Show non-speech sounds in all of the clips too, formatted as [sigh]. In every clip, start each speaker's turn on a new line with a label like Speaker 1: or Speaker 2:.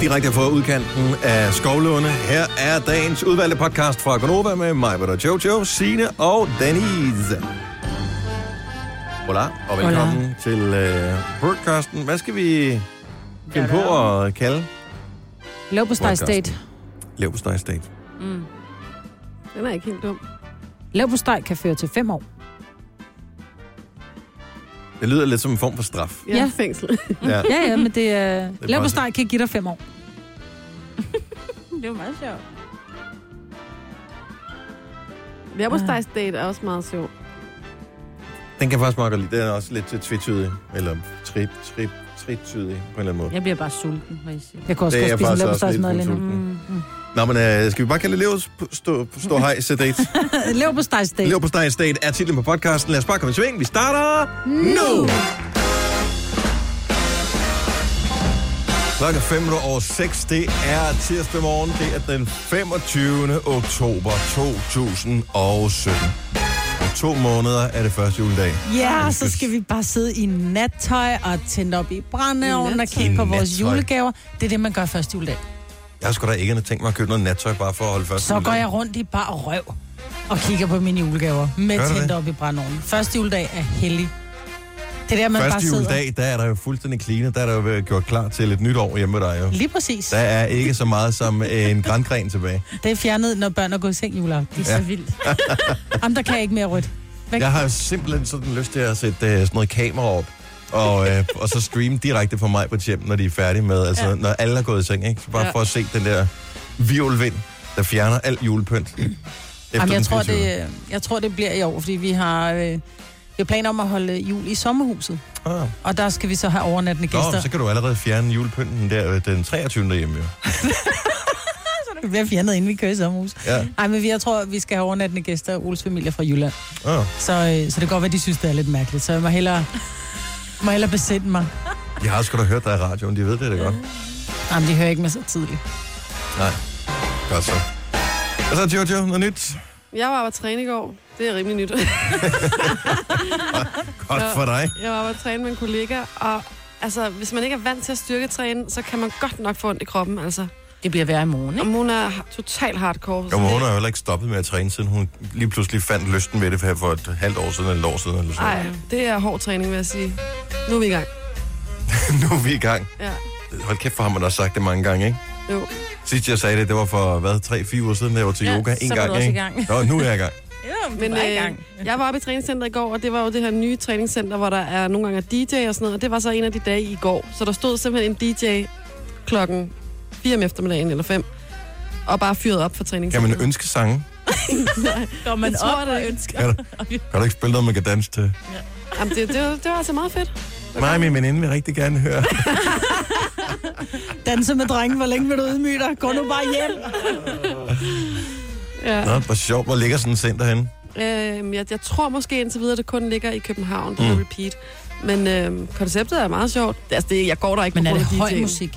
Speaker 1: Direkte fra udkanten af Skovlunde. Her er dagens udvalgte podcast fra Gonova med mig, Britta, Jojo, Sine og Denise. Hola, og velkommen Hola. til øh, podcasten. Hvad skal vi finde på at kalde
Speaker 2: Lav på
Speaker 1: Podcasten.
Speaker 2: state.
Speaker 1: Lev på Steg State?
Speaker 3: Den er ikke helt dum.
Speaker 2: Lav på steg kan føre til fem år.
Speaker 1: Det lyder lidt som en form for
Speaker 2: [laughs]
Speaker 1: straf.
Speaker 3: Jeg er
Speaker 2: Ja.
Speaker 3: ja. fængsel.
Speaker 1: Ja.
Speaker 2: Ja, ja, men det er...
Speaker 1: er
Speaker 2: Lav på
Speaker 1: bare-
Speaker 2: steg kan give dig fem [laughs] år.
Speaker 4: Det var meget sjovt.
Speaker 3: Leverpostejsdate er også meget sjov.
Speaker 1: Den kan jeg faktisk meget godt lide. Den er også lidt tvetydig. Eller trip, trip, tvetydig på en eller anden måde.
Speaker 4: Jeg bliver bare sulten, må jeg sige.
Speaker 2: Jeg kan også
Speaker 1: Det er
Speaker 2: godt
Speaker 1: jeg
Speaker 2: spise en
Speaker 1: faktisk også
Speaker 2: leverpostejsmad
Speaker 1: lidt
Speaker 2: lige nu. Mm,
Speaker 1: sulten. Nå, men øh, skal vi bare kalde det Leos stå, stå hej, så
Speaker 2: [laughs]
Speaker 1: date?
Speaker 2: Øh, Lav på steg state.
Speaker 1: Lev på Steg State er titlen på podcasten. Lad os bare komme i sving. Vi starter nu! Klokken er fem minutter over 6. Det er tirsdag morgen. Det er den 25. oktober 2017. Om to måneder er det første juledag.
Speaker 2: Ja, så skal vi bare sidde i nattøj og tænde op i brændeovnen og
Speaker 3: nattøj.
Speaker 2: kigge på
Speaker 1: I
Speaker 2: vores
Speaker 1: nattøj.
Speaker 2: julegaver. Det er det, man gør første juledag.
Speaker 1: Jeg har sgu da ikke tænkt mig at købe noget nattøj bare for at holde første
Speaker 2: Så går
Speaker 1: juledag.
Speaker 2: jeg rundt i bar og røv og kigger på mine julegaver
Speaker 1: Gør
Speaker 2: med
Speaker 1: du
Speaker 2: tændt
Speaker 1: det?
Speaker 2: op i brændeovnen. Første juledag er heldig. Det er der, man bare
Speaker 1: Første
Speaker 2: sidder.
Speaker 1: juledag, der er der jo fuldstændig clean, der er der jo været gjort klar til et nyt år hjemme med dig jo.
Speaker 2: Lige præcis.
Speaker 1: Der er ikke så meget som en grængren tilbage.
Speaker 2: Det er fjernet, når børn er gået i seng juleaften.
Speaker 4: Det er så
Speaker 1: [laughs]
Speaker 4: vildt.
Speaker 2: Jamen, der kan jeg ikke mere rødt. Væk.
Speaker 1: Jeg har jo simpelthen sådan lyst til at sætte uh, sådan noget kamera op, og,
Speaker 2: [laughs]
Speaker 1: øh, og så streame direkte fra mig på hjem, når de er færdige med, altså ja. når alle er gået i seng, ikke? Så bare ja.
Speaker 4: Ja.
Speaker 1: for at se den der virvelvind, der fjerner alt julepynt. Efter
Speaker 2: Jamen,
Speaker 1: den
Speaker 2: jeg, tror,
Speaker 1: 24..
Speaker 2: det, jeg tror, det bliver i år, fordi vi har... Øh, vi har planer om at holde jul i sommerhuset,
Speaker 1: Ah.
Speaker 2: og der skal vi så have overnattende
Speaker 1: Nå, men
Speaker 2: gæster.
Speaker 1: så kan du allerede fjerne julepynten der øh, den 23. derhjemme, jo.
Speaker 2: Det bliver fjernet, inden vi kører i sommerhus.
Speaker 1: Ja.
Speaker 2: Ej, men vi- jeg tror, vi skal have overnattende gæster og Oles familie fra Jylland.
Speaker 1: Ah.
Speaker 2: Så, øh, så det kan godt være, de synes, det er lidt mærkeligt. Så jeg må hellere, må hellere besætte mig.
Speaker 1: Jeg har sgu da hørt dig i radioen, de ved det da godt.
Speaker 2: Jamen, de hører ikke med så tidligt.
Speaker 1: Nej. Godt så. Og så Jojo, noget nyt.
Speaker 3: Jeg var oppe at træne i går. Det er rimelig nyt. [laughs]
Speaker 1: Godt
Speaker 3: Ja.
Speaker 1: for dig.
Speaker 3: Jeg var oppe at træne med en kollega, og altså, hvis man ikke er vant til at styrketræne, så kan man godt nok få ondt i kroppen, altså.
Speaker 4: Det bliver værre i morgen,
Speaker 3: Og
Speaker 4: ikke?
Speaker 3: Mona er total hardcore.
Speaker 1: Jo,
Speaker 3: så
Speaker 1: men hun
Speaker 3: det-
Speaker 1: har jo heller ikke stoppet med at træne, siden hun lige pludselig fandt lysten ved det for- for et halvt år siden, eller et år siden, eller sådan
Speaker 3: Ej, det er hård træning, vil jeg sige. Nu er vi i gang.
Speaker 1: noget. [laughs] nu er vi i gang.
Speaker 3: Ja,
Speaker 1: Hold kæft, for har man også sagt det mange gange, ikke?
Speaker 3: jo.
Speaker 1: Sidst jeg sagde det, det var for, hvad, 3-4 uger siden, da jeg var til
Speaker 4: Ja,
Speaker 1: yoga.
Speaker 4: så
Speaker 1: En
Speaker 4: var
Speaker 1: gang,
Speaker 4: du også i
Speaker 1: ikke?
Speaker 4: gang.
Speaker 1: Nå, nu er jeg i
Speaker 4: [laughs]
Speaker 1: gang.
Speaker 4: Ja,
Speaker 3: Men øh, jeg var oppe i træningscenteret i går, og det var jo det her nye træningscenter, hvor der er nogle gange er DJ og sådan noget, og det var så en af de dage i går. Så der stod simpelthen en DJ klokken 4 om eftermiddagen eller 5, og bare fyrede op for
Speaker 1: Kan man
Speaker 3: træningscenteret.
Speaker 1: ønske sange?
Speaker 4: Går man
Speaker 3: jeg tror,
Speaker 4: op
Speaker 3: det
Speaker 4: og
Speaker 2: øh,
Speaker 3: er-
Speaker 4: ønsker.
Speaker 1: Kan du, kan du ikke spille noget, man kan danse til?
Speaker 3: Jamen, det, det, var- det var altså meget fedt.
Speaker 1: Nej, min veninde vil rigtig gerne
Speaker 4: [laughs]
Speaker 1: høre.
Speaker 2: Danse med drengen, hvor længe vil du ydmyge dig? Gå nu bare hjem.
Speaker 3: Ja.
Speaker 1: Nå, hvor sjovt. Hvor ligger sådan en center henne?
Speaker 3: Øhm, jeg, jeg tror måske indtil videre, det kun ligger i København, det mm. repeat. Men øhm, konceptet er meget sjovt. Altså, det, jeg går der ikke
Speaker 2: Men
Speaker 3: på
Speaker 2: er det
Speaker 3: grund af
Speaker 2: høj
Speaker 3: DJ'en.
Speaker 2: musik?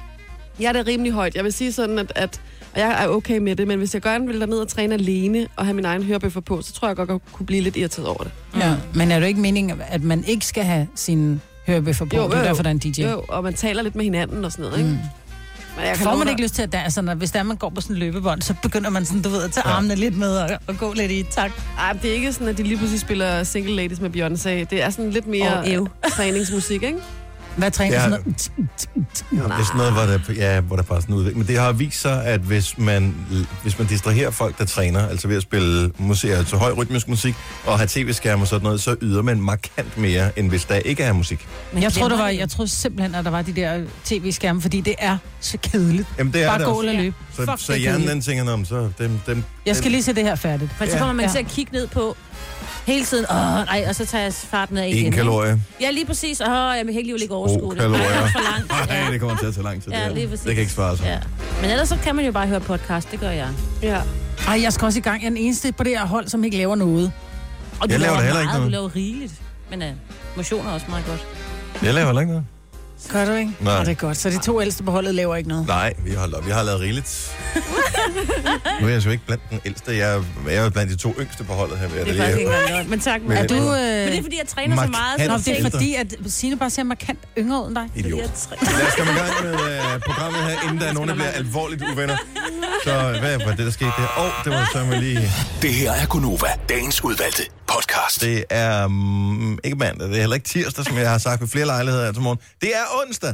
Speaker 3: Ja, det er rimelig højt. Jeg vil sige sådan, at, at og jeg er okay med det, men hvis jeg gerne vil derned og træne alene og have min egen hørebøffer på, så tror jeg godt, at jeg kunne blive lidt irriteret over det.
Speaker 2: Ja. Men er det ikke meningen, at man ikke skal have sin hørebøffer på?
Speaker 3: Jo,
Speaker 2: Det er
Speaker 3: jo,
Speaker 2: derfor, der er en DJ.
Speaker 3: Jo, og man taler lidt med hinanden og sådan noget, ikke? Mm. Men jeg
Speaker 2: Får
Speaker 3: love
Speaker 2: man
Speaker 3: dig-
Speaker 2: ikke lyst til at danse, når, hvis det er, man går på sådan en løbebånd, så begynder man sådan, du ved, at tage armene lidt med og, og gå lidt i takt.
Speaker 3: Ej, men det er ikke sådan, at de lige pludselig spiller Single Ladies med Beyoncé. Det er sådan lidt mere
Speaker 2: Og Ev.
Speaker 3: træningsmusik, ikke?
Speaker 2: Hvad træner
Speaker 1: Ja.
Speaker 2: ja. sådan noget? Tsk, tsk, tsk.
Speaker 1: Jamen, det er sådan noget, hvor der, ja, hvor der bare er sådan udvikling. Men det har vist sig, at hvis man, hvis man distraherer folk, der træner, altså ved at spille musik, altså høj rytmisk musik, og have tv-skærme og sådan noget, så yder man markant mere, end hvis der ikke er musik.
Speaker 4: Men
Speaker 2: Jeg tror, der
Speaker 4: glemmer
Speaker 2: var,
Speaker 4: det.
Speaker 2: jeg tror simpelthen, at der var de der tv-skærme, fordi det er så kedeligt.
Speaker 1: Jamen, det er
Speaker 2: Bare
Speaker 1: det
Speaker 2: gå
Speaker 1: også.
Speaker 2: eller løbe.
Speaker 1: Så,
Speaker 2: Fuck,
Speaker 1: så
Speaker 2: det er
Speaker 1: hjernen
Speaker 2: kedeligt.
Speaker 1: den tænker, om så dem, dem,
Speaker 2: Jeg skal lige se det her færdigt.
Speaker 4: Men så
Speaker 1: Ja.
Speaker 4: kommer man
Speaker 2: Ja.
Speaker 4: til at kigge ned på hele tiden. Åh, nej, og så tager jeg farten ned igen.
Speaker 1: en
Speaker 4: ikke? [laughs]
Speaker 1: kalorie.
Speaker 4: Ja, lige præcis. Åh, jeg vil helt ikke overskue det.
Speaker 1: kalorier.
Speaker 4: Nej, det er for langt.
Speaker 1: Nej, det kommer til at tage lang tid.
Speaker 4: Ja,
Speaker 1: det, her.
Speaker 4: lige præcis.
Speaker 1: det kan ikke svare sig.
Speaker 4: Ja. Men ellers så kan man jo bare høre podcast, det gør jeg.
Speaker 3: Ja.
Speaker 2: Ej, jeg skal også i gang. Jeg er den eneste på det her hold, som ikke laver noget.
Speaker 4: Og du
Speaker 1: Jeg laver da heller
Speaker 4: meget,
Speaker 1: ikke
Speaker 4: du
Speaker 1: noget.
Speaker 4: laver rigeligt. Men uh, motion er øh, også meget godt.
Speaker 1: Jeg laver heller ikke noget.
Speaker 2: Gør du ikke?
Speaker 1: Nej.
Speaker 2: Nå, det er godt. Så de to ældste på holdet laver ikke noget.
Speaker 1: Nej, vi har, vi har lavet
Speaker 4: [laughs]
Speaker 1: rigeligt. nu er jeg jo ikke blandt den ældste. Jeg er, jeg er jo blandt de to yngste på holdet her. Vil jeg
Speaker 4: Det
Speaker 1: da
Speaker 4: er faktisk
Speaker 1: lige-
Speaker 4: ikke engang godt.
Speaker 2: Men tak.
Speaker 1: Men-
Speaker 2: Er du... Øh...
Speaker 4: Men det er, fordi jeg træner så meget. Så
Speaker 2: Nå,
Speaker 1: Markant.
Speaker 2: det er fordi, at Signe bare ser markant yngre ud end dig.
Speaker 4: fordi
Speaker 1: Idiot.
Speaker 4: jeg træner.
Speaker 1: Lad os komme i gang med uh, programmet her, inden der er nogen, der bliver alvorligt uvenner. Så hvad var det, der skete der? Åh, oh, det var så lige...
Speaker 5: Det her er Gonova, dagens udvalgte podcast.
Speaker 1: Det er um, ikke mandag, det er heller ikke tirsdag, som jeg har sagt ved flere lejligheder her til morgen. Det er onsdag.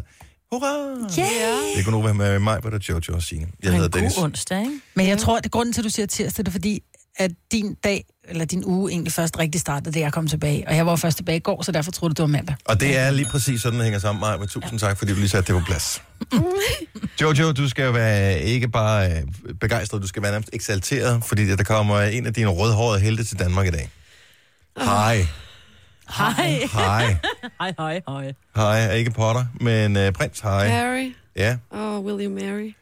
Speaker 1: Hurra!
Speaker 2: Ja.
Speaker 1: Det er kun over med mig, hvor der er Jojo og Signe. Jeg
Speaker 4: Det er
Speaker 1: hedder
Speaker 4: en
Speaker 1: Dennis.
Speaker 4: god onsdag, ikke?
Speaker 2: Men jeg tror, at grunden til, at du siger tirsdag, det er fordi, at din dag, eller din uge egentlig først rigtig startede, da jeg kom tilbage. Og jeg var jo først tilbage i går, så derfor troede du, det var mandag.
Speaker 1: Og det er lige præcis sådan, det hænger sammen med mig. Tusind tak, fordi du lige satte det på plads. Jojo, du skal jo være ikke bare øh, begejstret, du skal være nærmest eksalteret, fordi der kommer en af dine rødhårede helte til Danmark i dag. Hej.
Speaker 4: Hej.
Speaker 1: Hej.
Speaker 4: Hej, hej, hej.
Speaker 1: Hej, er ikke Potter, men øh, prins Hej.
Speaker 3: Harry
Speaker 1: Ja.
Speaker 3: og William Mary.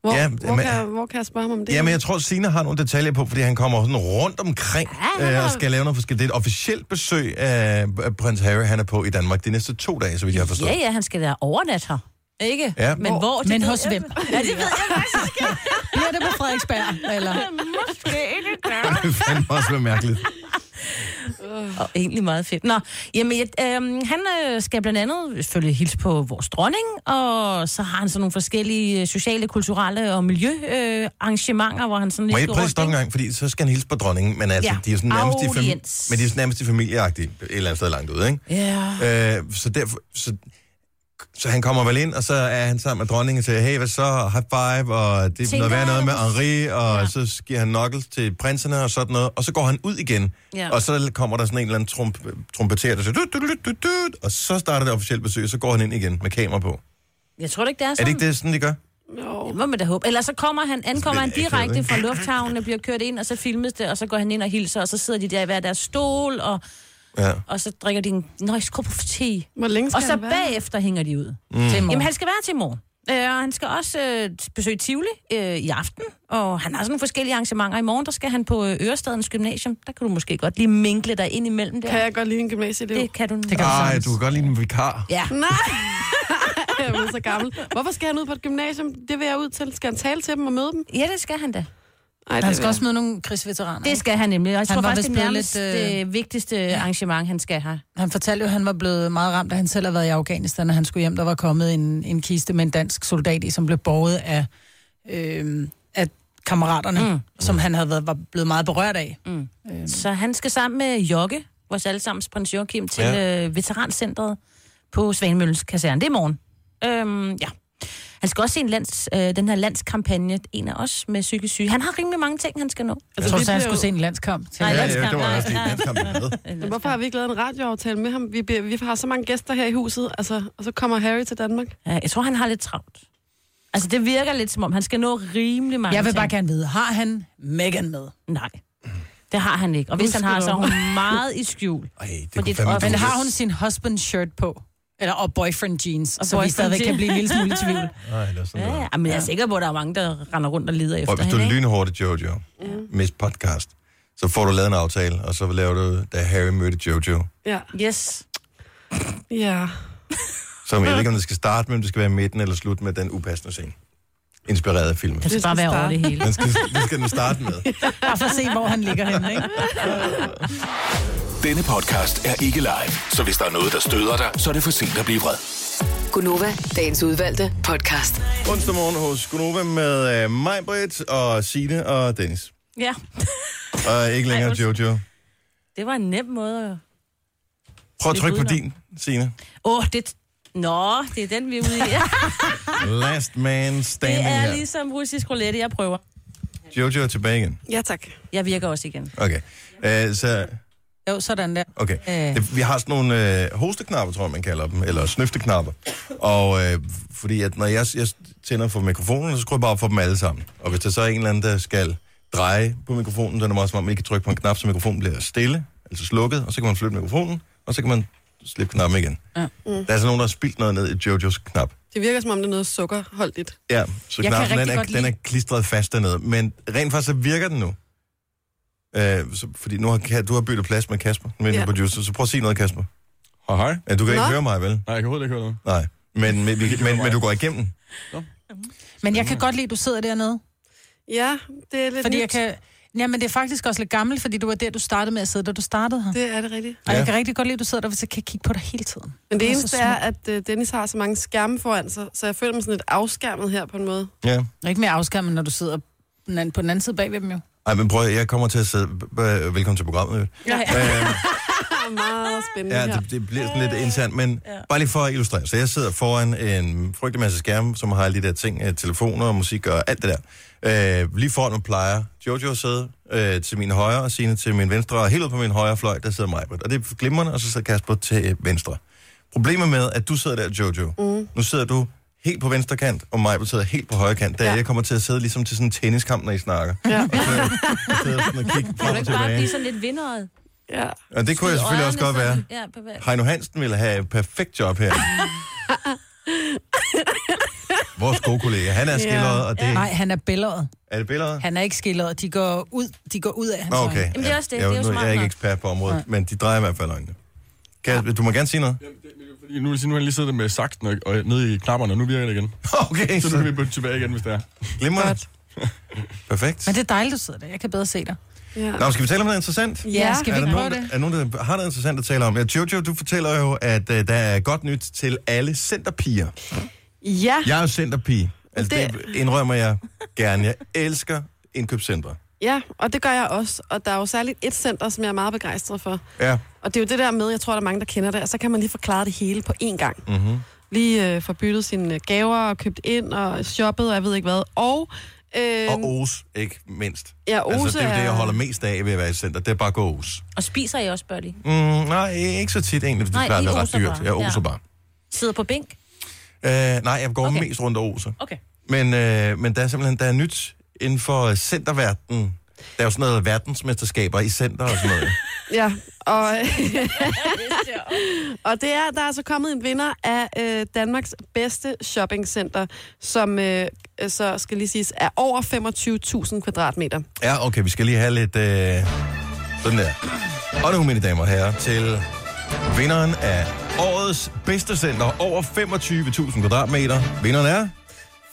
Speaker 3: Hvor,
Speaker 1: Ja,
Speaker 3: ja, hvor,
Speaker 1: men-
Speaker 3: kan, jeg- hvor kan jeg spørge ham om det?
Speaker 1: Jamen, jeg tror, Sina har nogle detaljer på, fordi han kommer sådan rundt omkring
Speaker 4: Ja, han
Speaker 1: øh, og
Speaker 4: har-
Speaker 1: skal lave noget forskelligt. Det er et officielt besøg af af prins Harry, han er på i Danmark de næste to dage, så vidt jeg har forstået.
Speaker 4: Ja, ja, han skal da overnatte her. Ikke?
Speaker 1: Ja.
Speaker 4: Men hvor? det
Speaker 2: Men
Speaker 4: ved
Speaker 2: hos
Speaker 4: jeg
Speaker 2: hvem?
Speaker 4: ikke. Ja, det ved jeg faktisk ikke.
Speaker 2: Bliver det på Frederiksberg, eller?
Speaker 4: Måske ikke.
Speaker 1: [laughs] Det er fandme også være mærkeligt.
Speaker 4: Og egentlig meget fedt. Nå, jamen, jeg, øhm, han øh, skal blandt andet selvfølgelig hilse på vores dronning, og så har han sådan nogle forskellige øh, sociale, kulturelle og miljøarrangementer, øh, arrangementer, hvor han sådan
Speaker 1: Må
Speaker 4: lige
Speaker 1: jeg
Speaker 4: skal
Speaker 1: prøve
Speaker 4: rundt,
Speaker 1: stoppe en gang, fordi så skal han hilse på dronningen, men altså,
Speaker 4: Ja.
Speaker 1: ja. de er jo sådan nærmest, i
Speaker 4: Audiens.
Speaker 1: fam- men de er sådan nærmest i familieagtige, et eller andet sted langt ude, ikke?
Speaker 4: ikke? Ja.
Speaker 1: Øh, så, derfor, så, så han kommer vel ind, og så er han sammen med dronningen til, hey, hvad så, high five, og det er
Speaker 4: Tænker
Speaker 1: noget værd noget med
Speaker 4: jeg.
Speaker 1: Henri, og
Speaker 4: Ja.
Speaker 1: ja. så giver han knuckles til prinserne og sådan noget, og så går han ud igen,
Speaker 4: Ja.
Speaker 1: ja. og så kommer der sådan en eller anden trump, trompeter, der siger, "Dut, dut, dut, dut, dut," og så starter det officielle besøg, og så går han ind igen med kamera på.
Speaker 4: Jeg tror da ikke, det er
Speaker 1: Er
Speaker 4: sådan.
Speaker 1: det Altså, ikke det, sådan de gør?
Speaker 3: Nå.
Speaker 4: Det må man da håbe. Eller så kommer han, ankommer han
Speaker 1: bliver det
Speaker 4: direkte
Speaker 1: akavet,
Speaker 4: fra lufthavnen, bliver kørt ind, og så filmes det, og så går han ind og hilser, og så sidder de der i hver deres stol, og,
Speaker 1: Ja.
Speaker 4: og så drikker de en nice cup of tea.
Speaker 3: Hvor længe skal
Speaker 4: Og så
Speaker 3: han være?
Speaker 4: bagefter hænger de ud.
Speaker 2: Mm.
Speaker 4: Jamen, han skal være til i morgen. Øh, og han skal også øh, besøge Tivoli øh, i aften, og han har sådan nogle forskellige arrangementer. I morgen, der skal han på øh, Ørestadens Gymnasium. Der kan du måske godt lige minkle dig ind imellem der.
Speaker 3: Kan jeg godt lide en gymnasieelev?
Speaker 4: Det kan du.
Speaker 2: Det kan
Speaker 1: Ej,
Speaker 2: sagtens.
Speaker 1: du kan godt lide en vikar.
Speaker 4: Ja.
Speaker 3: Nej! [laughs] jeg er så gammel. Hvorfor skal han ud på et gymnasium? Det vil jeg ud til. Skal han tale til dem og møde dem?
Speaker 4: ja, det skal han da.
Speaker 3: Ej,
Speaker 2: Han
Speaker 3: det
Speaker 2: skal
Speaker 3: vil
Speaker 2: også møde nogle krigsveteraner.
Speaker 4: Det
Speaker 2: Det...
Speaker 4: skal han nemlig. Og jeg
Speaker 2: Han
Speaker 4: tror
Speaker 2: var
Speaker 4: faktisk,
Speaker 2: vist
Speaker 4: det er
Speaker 2: blevet
Speaker 4: nærmest
Speaker 2: lidt, øh,
Speaker 4: det vigtigste arrangement, han skal have.
Speaker 2: Han fortalte jo, at han var blevet meget ramt, da han selv havde været i Afghanistan, og han skulle hjem, der var kommet en, en kiste med en dansk soldat i, som blev båret af, øh, af kammeraterne,
Speaker 4: Mm.
Speaker 2: mm. som han havde været, var blevet meget berørt af. Mm. Øh,
Speaker 4: Så han skal sammen med Jokke, vores allesammens prins Joachim, til ja.
Speaker 1: Ja.
Speaker 4: øh, veterancentret på Svanemøllens kaserne. Det er i morgen. Øhm, ja. Han skal også se en lands, øh, den her landskampagne, en af os med psykisk syge. Han har rimelig mange ting, han skal nå.
Speaker 2: jeg tror,
Speaker 3: vi
Speaker 2: så han
Speaker 3: bliver
Speaker 2: skulle
Speaker 3: jo-
Speaker 2: se en landskamp. til.
Speaker 4: Nej,
Speaker 1: Ja, ja,
Speaker 4: landskamp,
Speaker 1: det var
Speaker 4: nej,
Speaker 1: også lige
Speaker 4: nej.
Speaker 1: landskampen med.
Speaker 3: Men Hvorfor har vi ikke lavet en radioaftale med ham? Vi, bliver, vi har så mange gæster her i huset, altså, og så kommer Harry til Danmark.
Speaker 4: Ja, jeg tror, han har lidt travlt. Altså, det virker lidt som om, han skal nå rimelig mange
Speaker 2: Jeg vil bare
Speaker 4: ting.
Speaker 2: gerne vide, har han Megan med?
Speaker 4: Nej, det har han ikke. Og hvis
Speaker 3: Husk
Speaker 4: han har,
Speaker 3: det
Speaker 4: så er
Speaker 3: dog.
Speaker 4: hun meget i skjul.
Speaker 1: Ej, det
Speaker 4: Fordi
Speaker 1: kunne fandme
Speaker 4: det-
Speaker 2: Men
Speaker 1: dumt.
Speaker 2: har hun sin husband shirt på? Eller og boyfriend jeans, og så vi
Speaker 4: boyfriend
Speaker 2: stadigvæk
Speaker 4: jeans.
Speaker 2: kan blive en lille smule i tvivl.
Speaker 1: Ej, det er sådan noget.
Speaker 4: Ja, ja, men jeg er sikker på, at der er mange, der render rundt og leder efter
Speaker 1: Og hvis du
Speaker 4: hende. ikke?
Speaker 1: lynhårde Jojo, mis podcast, så får du lavet en aftale, og så laver du, da Harry mødte Jojo.
Speaker 3: Ja.
Speaker 4: Yes.
Speaker 3: ja.
Speaker 1: Som jeg ved ikke, om det skal starte med, om det skal være i midten eller slut med den upassende scene. Inspireret af filmen.
Speaker 4: Han skal
Speaker 3: Det
Speaker 4: bare
Speaker 3: skal
Speaker 4: være over det hele.
Speaker 1: Den skal, det skal den starte
Speaker 4: [laughs]
Speaker 1: med.
Speaker 2: Bare for at se, hvor han ligger henne, ikke?
Speaker 5: Denne podcast er ikke live, så hvis der er noget, der støder dig, så er det for sent at blive vred.
Speaker 6: Gunova, dagens udvalgte podcast.
Speaker 1: Onsdag morgen hos Gunova med uh, mig, Britt, og Signe og Dennis.
Speaker 4: Ja,
Speaker 1: Og ikke længere Jojo.
Speaker 4: det var en nem måde at
Speaker 1: Prøv at trykke på din,
Speaker 4: [laughs]
Speaker 1: Signe.
Speaker 4: Åh, oh, det... Nå, det er den, vi er ude
Speaker 1: [laughs]
Speaker 4: i. Ja,
Speaker 1: Last man
Speaker 4: det
Speaker 1: standing
Speaker 4: er
Speaker 1: her.
Speaker 4: ligesom russisk roulette, jeg prøver.
Speaker 1: Jojo er tilbage igen.
Speaker 3: Ja, tak.
Speaker 4: Jeg virker også igen.
Speaker 1: Okay. Uh, så,
Speaker 2: Jo, sådan der.
Speaker 1: okay.
Speaker 2: Øh.
Speaker 1: Det, vi har sådan nogle øh, hosteknapper, tror jeg, man kalder dem, eller snøfteknapper. Og øh, fordi at når jeg, jeg tænder for mikrofonen, så skruer jeg bare op for dem alle sammen. Og hvis der så er en eller anden, der skal dreje på mikrofonen, så er det meget som om, man ikke kan trykke på en knap, så mikrofonen bliver stille, altså slukket, og så kan man flytte mikrofonen, og så kan man slippe knappen igen.
Speaker 2: Ja.
Speaker 1: Der er sådan nogen, der har spildt noget ned i Jojos knap.
Speaker 3: Det virker, som om det er noget sukkerholdigt.
Speaker 1: Ja, så
Speaker 2: Jeg kan
Speaker 1: knappen, den
Speaker 2: rigtig
Speaker 1: er,
Speaker 2: godt
Speaker 1: den er
Speaker 2: lide-
Speaker 1: klistret fast dernede. Men rent faktisk, så virker den nu. Øh, så, fordi nu har, Ka- du har byttet plads med Kasper, med ja.
Speaker 3: Ja.
Speaker 1: producer, så prøv at sige noget, Kasper.
Speaker 7: Hej, hej.
Speaker 1: Ja, du kan
Speaker 3: Nå.
Speaker 1: ikke høre mig, vel?
Speaker 7: Nej, jeg kan overhovedet ikke høre noget.
Speaker 1: Nej. Men, men, men, men du går igennem.
Speaker 2: Men jeg kan godt lide, at du sidder dernede.
Speaker 3: Ja, det er lidt
Speaker 2: Fordi
Speaker 3: nyt.
Speaker 2: jeg kan... Ja, men det er faktisk også lidt gammelt, fordi du var der, du startede med at sidde, da du startede her.
Speaker 3: Det er det rigtigt.
Speaker 2: Og
Speaker 1: Ja.
Speaker 2: jeg kan rigtig godt lide, at du sidder der, hvis jeg kan kigge på dig hele tiden.
Speaker 3: Men det
Speaker 2: er så
Speaker 3: eneste er, at øh, Dennis har så mange skærme foran sig, så jeg føler mig sådan lidt afskærmet her på en måde.
Speaker 1: Ja.
Speaker 2: Og ikke mere afskærmet, når du sidder på den anden- på den anden side bagved dem jo.
Speaker 1: Ej, men prøv at- jeg kommer til at sidde... b- b- Velkommen til programmet. jo.
Speaker 2: Ja.
Speaker 1: Øhm,
Speaker 3: [laughs] Det er meget spændende
Speaker 1: Ja,
Speaker 3: ja, her.
Speaker 1: det, det bliver sådan lidt internt, men ja. bare lige for at illustrere. Så jeg sidder foran en frygtelig masse skærme, som har alle de der ting, øh, telefoner og musik og alt det der. Øh, lige foran mig plejer Jojo at sidde øh, til min højre, og Signe til min venstre, og helt ud på min højre fløj, der sidder mig. Og det er glimrende, og så sidder Kasper til øh, venstre. Problemet med, at du sidder der, Jojo, mm. nu sidder du helt på venstre kant, og mig sidder helt på højre kant, da ja. jeg kommer til at sidde ligesom til sådan en tenniskamp, når I snakker. Ja. Og så, og sidder sådan og [laughs] kigge
Speaker 4: Kan
Speaker 1: frem
Speaker 4: du
Speaker 1: og
Speaker 4: ikke bare blive
Speaker 1: tilbage.
Speaker 4: sådan lidt vinderet?
Speaker 3: Ja.
Speaker 1: Og det kunne jeg selvfølgelig også godt være.
Speaker 4: Ja, på hver.
Speaker 1: Heino Hansen ville have et perfekt job her. Vores gode kollega, han er skildret, og det
Speaker 2: Nej, han er billeret.
Speaker 1: er det billeder?
Speaker 2: Han er ikke skildret. De går ud, de går ud af hans
Speaker 1: Nå,
Speaker 2: øjne.
Speaker 1: okay.
Speaker 4: det er også det.
Speaker 1: Ja,
Speaker 4: Det er jo
Speaker 1: Jeg, nu,
Speaker 4: smart
Speaker 1: jeg er ikke
Speaker 4: nok.
Speaker 1: ekspert på området, men de drejer i hvert fald øjnene. Kasper, du må gerne sige noget.
Speaker 7: Jamen, det- det er Fordi nu, nu har jeg lige siddet med sakten og, og nede i knapperne, og nu virker det igen.
Speaker 1: [laughs] Okay,
Speaker 7: Så nu kan
Speaker 1: så
Speaker 7: vi bytte tilbage igen, hvis det er.
Speaker 1: glimrende. Perfekt.
Speaker 2: Men det er dejligt, du sidder der. Jeg kan bedre se dig.
Speaker 3: ja.
Speaker 1: Nå, skal vi tale om noget interessant?
Speaker 2: Ja, skal vi
Speaker 1: er, der
Speaker 2: ikke prøve
Speaker 1: nogen, der,
Speaker 2: det?
Speaker 1: er nogen, der har noget interessant at tale om? Ja, Jojo, du fortæller jo, at uh, der er godt nyt til alle centerpiger.
Speaker 3: ja.
Speaker 1: Jeg er jo centerpige. Altså, det...
Speaker 3: Det-
Speaker 1: det indrømmer jeg gerne. Jeg elsker indkøbscentre.
Speaker 3: ja, og det gør jeg også. Og der er jo særligt et center, som jeg er meget begejstret for.
Speaker 1: Ja.
Speaker 3: Og det er jo det der med, jeg tror, der er mange, der kender det, og så kan man lige forklare det hele på én gang. Mm-hmm. Lige øh, få byttet sine øh, gaver og købt ind og shoppet og jeg ved ikke hvad. Og, øh,
Speaker 4: Øhm,
Speaker 1: Og Os, ikke mindst.
Speaker 3: Ja, Ose
Speaker 1: altså, det er jo det, jeg
Speaker 3: er-
Speaker 1: holder mest af ved at være i center. Det er bare at gå Os.
Speaker 4: Og spiser I også, bør de?
Speaker 1: Mm, nej, ikke så tit egentlig, for det
Speaker 4: Nej,
Speaker 1: plejer at
Speaker 4: I
Speaker 1: være ret
Speaker 4: oser
Speaker 1: dyrt.
Speaker 4: bare.
Speaker 1: Jeg oser
Speaker 4: Ja.
Speaker 1: bare.
Speaker 4: Sidder på bænk?
Speaker 1: Øh, nej, jeg går okay.
Speaker 4: Okay.
Speaker 1: mest rundt og oser.
Speaker 4: Okay.
Speaker 1: Men, øh, men der er simpelthen der er nyt inden for centerverdenen. Der er jo sådan noget verdensmesterskaber i center og sådan
Speaker 4: [laughs]
Speaker 1: noget.
Speaker 3: ja, og, [laughs] og det er, der er altså kommet en vinder af øh, Danmarks bedste shoppingcenter, som øh, øh, så skal lige siges er over 25.000 kvadratmeter.
Speaker 1: Ja, okay, vi skal lige have lidt... Øh, sådan der. Og nu, mine damer og herrer, til vinderen af årets bedste center. Over 25.000 kvadratmeter. Vinderen er...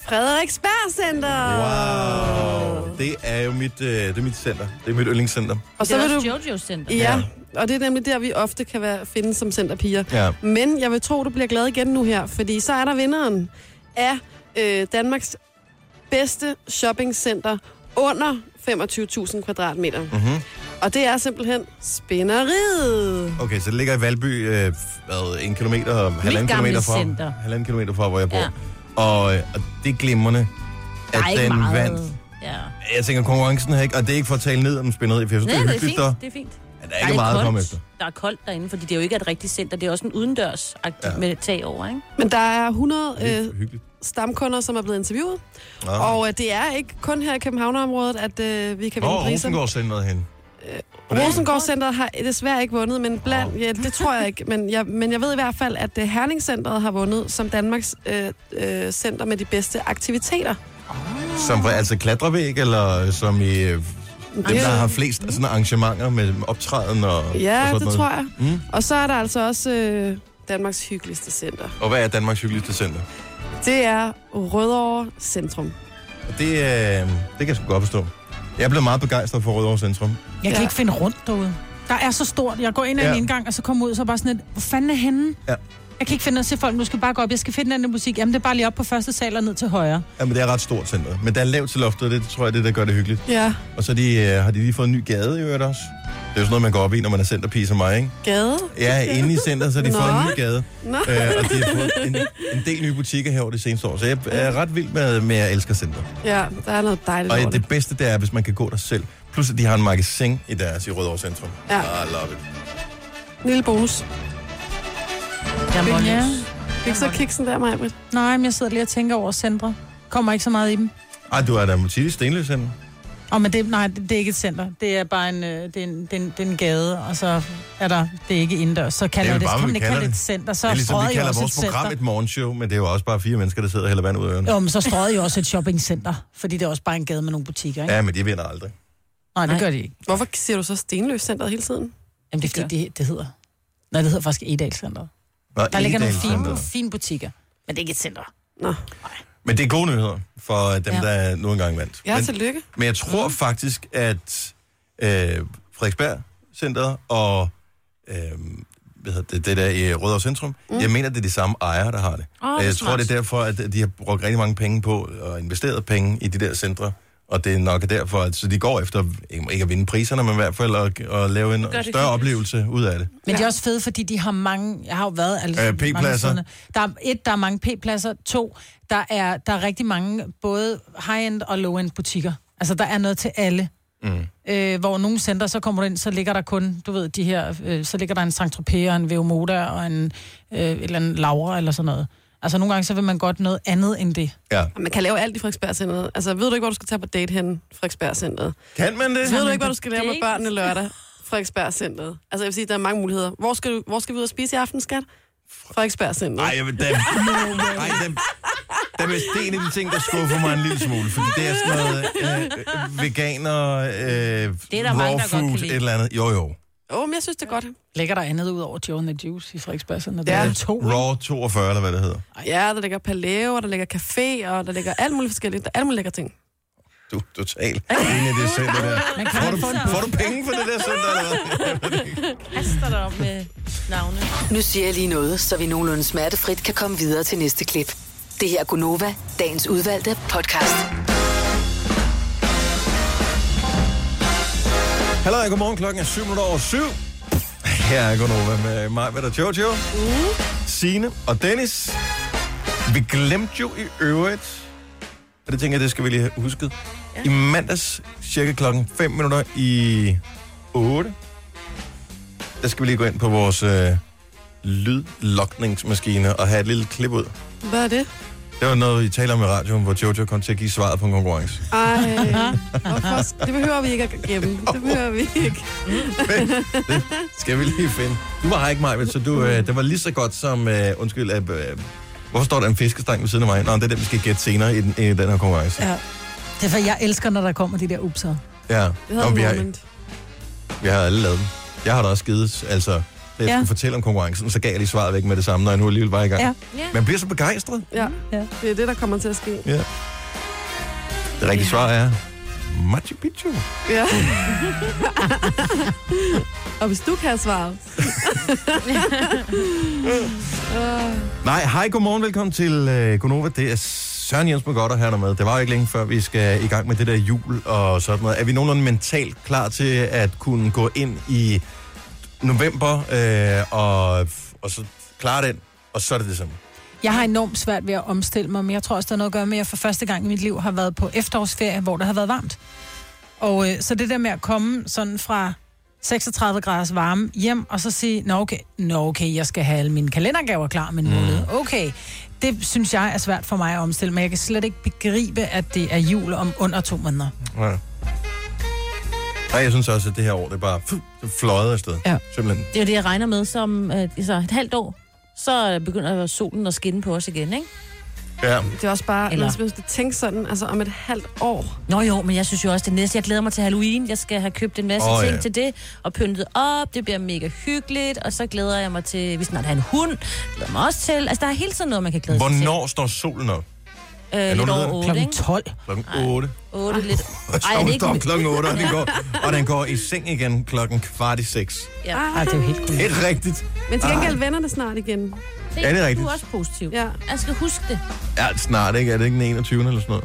Speaker 3: Frederiksberg Center!
Speaker 1: Wow. Det er jo mit, øh, det er mit center. Det er mit yndlingscenter.
Speaker 3: Og
Speaker 4: Det
Speaker 3: så
Speaker 4: er
Speaker 3: vil du
Speaker 4: også Jojo's Center.
Speaker 3: Ja, og det er nemlig der, vi ofte kan være, finde som centerpiger.
Speaker 1: Ja.
Speaker 3: Men jeg vil tro, du bliver glad igen nu her, fordi så er der vinderen af øh, Danmarks bedste shoppingcenter under 25.000 kvadratmeter.
Speaker 1: Mhm.
Speaker 3: Mm-hmm. Og det er simpelthen spænderiet.
Speaker 1: Okay, så det ligger i Valby, øh, hvad, en kilometer, og halvanden
Speaker 4: gamle
Speaker 1: kilometer, fra,
Speaker 4: center.
Speaker 1: halvanden kilometer fra, hvor jeg bor. Ja.
Speaker 4: Ja.
Speaker 1: Og, øh, og det er glimrende,
Speaker 4: Der
Speaker 1: at
Speaker 4: er ikke
Speaker 1: den
Speaker 4: meget.
Speaker 1: vandt.
Speaker 4: Ja.
Speaker 1: Jeg tænker, konkurrencen her ikke, og det er ikke for at tale ned om spænderiet, for jeg synes,
Speaker 4: Nej,
Speaker 1: det er
Speaker 4: det er
Speaker 1: hyggeligt der.
Speaker 4: fint. Det er fint.
Speaker 1: Men der er ikke meget at komme efter.
Speaker 4: Der er koldt derinde, fordi det er jo ikke et rigtigt center. Det er også en udendørs
Speaker 1: Ja.
Speaker 4: ja. med tag over, ikke?
Speaker 3: Men der er 100
Speaker 1: Det er
Speaker 3: øh,
Speaker 1: hyggeligt.
Speaker 3: stamkunder, som er blevet interviewet.
Speaker 1: Nå.
Speaker 3: Og øh, det er ikke kun her i Københavnerområdet, at øh, vi kan vinde
Speaker 1: Hvor er
Speaker 3: priser.
Speaker 1: Rosengård sendt noget hen?
Speaker 3: Rosengård Center har desværre ikke vundet, men blandt, ja, det tror jeg ikke, men jeg, men jeg ved i hvert fald, at øh, Herningscenteret har vundet som Danmarks øh, øh, center med de bedste aktiviteter.
Speaker 1: Som for, altså klatrevæg, eller som i øh, dem,
Speaker 3: Det-
Speaker 1: der har flest af sådan arrangementer med optræden og, og
Speaker 3: Ja,
Speaker 1: sådan
Speaker 3: det
Speaker 1: noget.
Speaker 3: tror jeg.
Speaker 1: Mm.
Speaker 3: Og så er der altså også øh, Danmarks hyggeligste center.
Speaker 1: Og hvad er Danmarks hyggeligste center?
Speaker 3: Det er Rødovre Centrum.
Speaker 1: Og det, øh, det kan jeg sgu godt forstå. Jeg blev meget begejstret for Rødovre Centrum.
Speaker 2: Jeg
Speaker 3: Ja.
Speaker 2: kan ikke finde rundt derude. Der er så stort. Jeg går ind ad
Speaker 1: Ja.
Speaker 2: en indgang, og så kommer ud, så er jeg bare sådan et, hvor fanden er henne?
Speaker 1: Ja.
Speaker 2: Jeg kan ikke finde noget til folk, nu skal jeg bare gå op. Jeg skal finde den anden musik. Jamen, det er bare lige op på første sal og ned til højre.
Speaker 1: Jamen, det er ret stort center. Men der er lavt til loftet, og det tror jeg, det er, der gør det hyggeligt.
Speaker 3: Ja,
Speaker 1: Og så er de, øh, har de lige fået en ny gade i øvrigt også. Det er jo sådan noget, man går op i, når man er centerpige som mig, ikke?
Speaker 3: gade.
Speaker 1: Ja, inde i centret, så har de
Speaker 3: Nå.
Speaker 1: fået en ny gade.
Speaker 3: Nå.
Speaker 1: Øh, og de har fået en, en del nye butikker her over det seneste år. Så jeg er ret vild med, med at elske center.
Speaker 3: Ja, der er noget dejligt over
Speaker 1: Og
Speaker 3: det.
Speaker 1: det bedste, det er, hvis man kan gå der selv. Plus, at de har en magasin i deres i Rødovre Centrum.
Speaker 3: Ja.
Speaker 1: I love it.
Speaker 3: En lille bonus.
Speaker 4: Der er
Speaker 2: Ja.
Speaker 4: ja.
Speaker 3: Fik så kiksen der, Maja
Speaker 2: Nej, men jeg sidder lige og tænker over centre. Kommer ikke så meget i dem.
Speaker 1: Ej, du er da tit i Stenløs Center.
Speaker 2: Og men det, nej, det, det er ikke et center. Det er bare en, øh, det er en, det er en, det er en gade, og så er der, det er ikke indendørs. Så kalder
Speaker 1: vel
Speaker 2: det, det,
Speaker 1: bare,
Speaker 2: så kan
Speaker 1: hvad vi
Speaker 2: man ikke
Speaker 1: kalder
Speaker 2: kalde det et
Speaker 1: det.
Speaker 2: center. Så
Speaker 1: Det er ligesom,
Speaker 2: strøget
Speaker 1: vi
Speaker 2: I
Speaker 1: kalder
Speaker 2: også
Speaker 1: vores
Speaker 2: et
Speaker 1: program
Speaker 2: center.
Speaker 1: et morgenshow, men det er jo også bare fire mennesker, der sidder og hælder vand ud af ørerne.
Speaker 2: Jo, men så strøget I også et shoppingcenter, fordi det er også bare en gade med nogle butikker, ikke? Ja.
Speaker 1: Ja, men de vinder aldrig.
Speaker 2: Nej, det gør de ikke.
Speaker 3: Hvorfor siger du så Stenløs Centeret hele tiden?
Speaker 2: Jamen, det er fordi, det, det hedder... Nej, det hedder faktisk Edal Center.
Speaker 1: Nå,
Speaker 2: Der ligger nogle
Speaker 1: Egedal
Speaker 2: fine,
Speaker 1: Center.
Speaker 2: fine butikker.
Speaker 4: Men det er ikke et center.
Speaker 3: Nå.
Speaker 1: Men det er gode nyheder for dem, ja.
Speaker 4: Ja.
Speaker 1: der nu engang vandt.
Speaker 3: Ja,
Speaker 1: men,
Speaker 3: tillykke.
Speaker 1: men jeg tror faktisk, at øh, Frederiksberg Centeret og øh, hvad hedder det, det der i Rødovre Centrum, mm. jeg mener, det er de samme ejere, der har det.
Speaker 4: Åh, hvor
Speaker 1: jeg tror,
Speaker 4: smart.
Speaker 1: det er derfor, at de har brugt rigtig mange penge på og investeret penge i de der centre. Og det er nok derfor, at så de går efter, ikke ikke at vinde priserne, men i hvert fald at, at lave en
Speaker 4: det
Speaker 1: større
Speaker 4: hyggeligt.
Speaker 1: oplevelse ud af det.
Speaker 2: Men ja. de er også fede, fordi de har mange... Jeg har jo været... Altså,
Speaker 1: Øh,
Speaker 2: mange
Speaker 1: P-pladser.
Speaker 2: steder. Der er et, der er mange P-pladser. To, der er, der er rigtig mange både high-end og low-end butikker. Altså, der er noget til alle. Mm. Øh, hvor nogle center, så kommer du ind, så ligger der kun, du ved, de her... Øh, så ligger der en Sankt Tropez og en Veomoda og en øh, et eller anden Laura eller sådan noget. Altså, nogle gange, så vil man godt noget andet end det.
Speaker 1: Ja.
Speaker 3: Man kan lave alt i Frederiksberg Altså, ved du ikke, hvor du skal tage på date hen? Frederiksberg Centeret.
Speaker 1: Kan man det?
Speaker 3: Ved du ikke, hvad du skal lave med
Speaker 4: date?
Speaker 3: børnene lørdag? Frederiksberg Centeret. Altså, jeg vil sige, der er mange muligheder. Hvor skal, du, hvor skal vi ud og spise i aften, skat? Frederiksberg Centeret.
Speaker 1: Ej, jeg vil da...
Speaker 2: [laughs]
Speaker 1: Ej, der, der er vist en af de ting, der skuffer mig en lille smule, fordi det er sådan noget øh, veganer, øh,
Speaker 4: der
Speaker 1: raw
Speaker 4: mange, der godt kan
Speaker 1: food,
Speaker 4: lide.
Speaker 1: et eller andet. Jo, jo.
Speaker 3: Åh, oh, men jeg synes, det er godt.
Speaker 2: Ligger der andet ud over Joe and the Juice i Frederiksberg Center? Der
Speaker 3: Ja.
Speaker 2: er to. ikke?
Speaker 1: Øh, Raw 42, eller hvad det hedder.
Speaker 3: Ja, der ligger palæo, og der ligger café, og der ligger alt muligt forskelligt. Der er alt muligt lækre ting.
Speaker 1: Du er totalt enig i det center der.
Speaker 2: Man kan
Speaker 1: Får du,
Speaker 2: ikke få en
Speaker 1: får du penge for det der center, eller hvad?
Speaker 4: Kaster dig op med øh, navne.
Speaker 6: Nu siger jeg lige noget, så vi nogenlunde smertefrit kan komme videre til næste klip. Det her er Gunova, dagens udvalgte podcast.
Speaker 1: Hallo, og godmorgen. Klokken er 7 minutter over syv. Her er Gunova med mig, hvad der Jojo, Signe og Dennis. Vi glemte jo i øvrigt, og det tænker jeg, det skal vi lige have husket. I mandags, cirka klokken 5 minutter i 8, der skal vi lige gå ind på vores øh, lydlokningsmaskine og have et lille klip ud.
Speaker 3: Hvad er det?
Speaker 1: Det var noget, I taler om i radioen, hvor Jojo kom til at give svaret på en konkurrence.
Speaker 3: Ej, hvorfor? sk- Det behøver vi ikke at gemme. Det behøver vi ikke.
Speaker 1: Skal vi lige finde. Du var her ikke, Maja, så du, øh, det var lige så godt som... Øh, undskyld, øh, øh, hvorfor står der en fiskestang ved siden af mig? Nå, det er den, vi skal gætte senere i den, i den her konkurrence.
Speaker 2: Ja. Det er for, jeg elsker, når der kommer de der upser.
Speaker 1: Ja.
Speaker 3: Det
Speaker 1: Nå,
Speaker 3: hedder
Speaker 1: vi,
Speaker 3: Nå,
Speaker 1: har,
Speaker 3: moment.
Speaker 1: vi har alle lavet den. Jeg har da også givet, altså... Da jeg ja.
Speaker 2: Ja.
Speaker 1: skulle fortælle om konkurrencen, så gav jeg lige svaret væk med det samme, når jeg nu alligevel var i gang. Ja.
Speaker 2: Ja.
Speaker 4: Ja.
Speaker 1: Man bliver så begejstret.
Speaker 3: Ja,
Speaker 2: Ja.
Speaker 3: det er det, der kommer til at ske.
Speaker 1: Ja. Det rigtige svar er... Machu Picchu. [laughs]
Speaker 3: Ja. og hvis du kan svare,
Speaker 1: Nej, hej, godmorgen, velkommen til øh, Gonova. Det er Søren Jens godt at have dig med. Det var jo ikke længe før, vi skal i gang med det der jul og sådan noget. Er vi nogenlunde mentalt klar til at kunne gå ind i november øh, og, og så klare den, og så er det det samme?
Speaker 2: Jeg har enormt svært ved at omstille mig, men jeg tror også, der er noget at gøre med, at jeg for første gang i mit liv har været på efterårsferie, hvor der har været varmt. Og øh, så det der med at komme sådan fra 36 graders varme hjem, og så sige, nå okay, nå okay jeg skal have alle mine kalendergaver klar om en måned. Okay, det synes jeg er svært for mig at omstille, men jeg kan slet ikke begribe, at det er jul om under to måneder.
Speaker 1: Ja. Nej, jeg synes også, at det her år, det er bare fuh, det fløjet afsted.
Speaker 2: Ja.
Speaker 1: Simpelthen.
Speaker 4: Det er jo det, jeg regner med som øh, så et halvt år. Så begynder solen at skinne på os igen, ikke?
Speaker 1: Ja.
Speaker 3: det er også bare,
Speaker 4: Eller-
Speaker 3: Eller... man skal tænke sådan, altså om et halvt år.
Speaker 4: Nå jo, men jeg synes jo også, det næste, jeg glæder mig til Halloween. Jeg skal have købt en masse
Speaker 1: Åh,
Speaker 4: oh, ting
Speaker 1: ja.
Speaker 4: ja. til det, og pyntet op. Det bliver mega hyggeligt, og så glæder jeg mig til, hvis man har en hund, glæder jeg mig også til. Altså, der er hele tiden noget, man kan glæde
Speaker 1: Hvornår står solen op?
Speaker 4: sig til. Øh, lidt
Speaker 1: nogen, der
Speaker 4: over
Speaker 1: ved det?
Speaker 4: 8,
Speaker 2: Klokken
Speaker 4: ikke?
Speaker 2: 12.
Speaker 1: Klokken 8.
Speaker 4: 8
Speaker 1: [laughs]
Speaker 4: lidt. Ej,
Speaker 1: Ej,
Speaker 4: er det
Speaker 1: solen står op
Speaker 4: ikke...
Speaker 1: klokken 8, og den,
Speaker 4: [laughs]
Speaker 1: går, og den går i seng igen klokken kvart i 6.
Speaker 4: Ja.
Speaker 2: Ej, det er jo helt cool.
Speaker 1: Det er rigtigt.
Speaker 3: Men til gengæld vender det snart igen.
Speaker 1: Ja, det er
Speaker 4: Du
Speaker 1: rigtigt.
Speaker 4: er også positiv.
Speaker 3: Ja.
Speaker 4: Jeg skal huske det.
Speaker 1: Ja, snart ikke. Er det ikke den 21. eller sådan noget?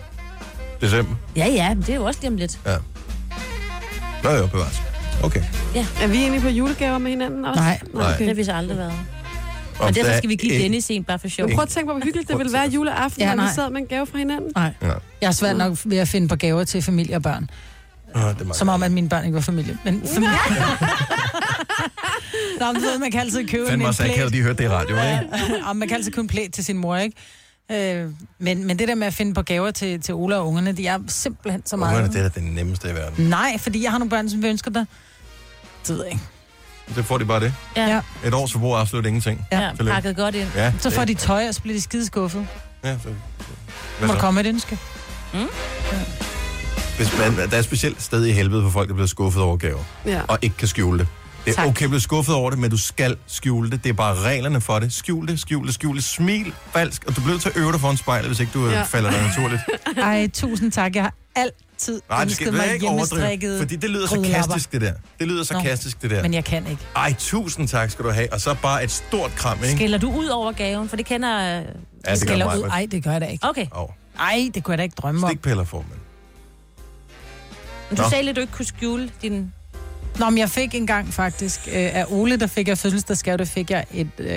Speaker 1: December.
Speaker 4: Ja, ja, men det er jo også lige om lidt.
Speaker 1: Ja. Nå jo, bevares. Okay.
Speaker 3: Er vi egentlig på julegaver med hinanden også?
Speaker 2: Nej.
Speaker 3: Nå,
Speaker 1: Nej.
Speaker 4: Det har
Speaker 3: Okay.
Speaker 4: vi så aldrig været.
Speaker 1: Og
Speaker 4: Og derfor
Speaker 1: der
Speaker 4: skal vi give
Speaker 1: er-
Speaker 4: Dennis en bare for sjov.
Speaker 3: Men prøv at tænke på, hvor hyggeligt det ville være juleaften,
Speaker 2: Ja,
Speaker 3: ja, når vi
Speaker 2: nej.
Speaker 3: sad med en gave fra hinanden.
Speaker 2: Nej.
Speaker 1: Ja.
Speaker 2: Jeg er svært nok ved at finde på gaver til familie og børn.
Speaker 1: Åh, det er meget
Speaker 2: Som om, at mine børn ikke var familie. Men familie... Nå, men du ved, man kan altid købe en
Speaker 1: Fandme
Speaker 2: en
Speaker 1: også akavet,
Speaker 2: plæt.
Speaker 1: de hørte det i radioen, ikke?
Speaker 2: [laughs] Og man kan altid købe en plæt til sin mor, ikke? Øh, men, men det der med at finde på gaver til, til Ola og ungerne, de er simpelthen så meget...
Speaker 1: Ungerne, det er da det nemmeste i verden.
Speaker 2: Nej, fordi jeg har nogle børn, som vi ønsker dig. Det ved jeg ikke.
Speaker 1: Så får de bare det.
Speaker 4: Ja.
Speaker 2: Ja.
Speaker 1: Et års forbrug er absolut ingenting.
Speaker 4: Ja,
Speaker 1: Ja, tillykke.
Speaker 4: pakket godt ind.
Speaker 1: Ja,
Speaker 2: Så får
Speaker 1: det-
Speaker 2: de tøj, og så bliver de skide skuffet.
Speaker 1: Ja, så...
Speaker 2: Må
Speaker 1: Hvad
Speaker 2: der
Speaker 1: så?
Speaker 2: komme et ønske?
Speaker 1: Hvis man, der er et specielt sted i helvede for folk, der bliver skuffet over gaver,
Speaker 3: Ja.
Speaker 1: og ikke kan skjule det. Det er
Speaker 4: Tak.
Speaker 1: okay at blive skuffet over det, men du skal skjule det. Det er bare reglerne for det. Skjul det, skjul det, skjul det. Smil falsk, og du bliver nødt til at øve dig foran spejlet, hvis ikke du ja.
Speaker 3: Ja.
Speaker 1: falder dig naturligt.
Speaker 2: Ej, tusind tak. Jeg har altid
Speaker 1: Nej, det
Speaker 2: ønsket
Speaker 1: skal jeg
Speaker 2: mig
Speaker 1: ikke overdrive,
Speaker 2: hjemmestrikket
Speaker 1: fordi det lyder
Speaker 2: grydelapper.
Speaker 1: sarkastisk, det der. Det lyder sarkastisk, det der.
Speaker 2: Men jeg kan ikke.
Speaker 1: Ej, tusind tak skal du have, og så bare et stort kram, ikke?
Speaker 4: Skiller du ud over gaven? For det kender... øh,
Speaker 1: Ja, det gør
Speaker 2: Eller
Speaker 1: mig.
Speaker 2: ud. Ej, det gør jeg da ikke.
Speaker 4: Okay,
Speaker 1: Og
Speaker 2: Ej, det kunne jeg da ikke drømme om.
Speaker 1: stikpiller får man.
Speaker 4: men du
Speaker 1: Nå.
Speaker 4: sagde lidt, du ikke kunne skjule din...
Speaker 2: Nå, men jeg fik engang faktisk øh, af Ole, der fik jeg fødselsdagsgave, der fik jeg et... Øh,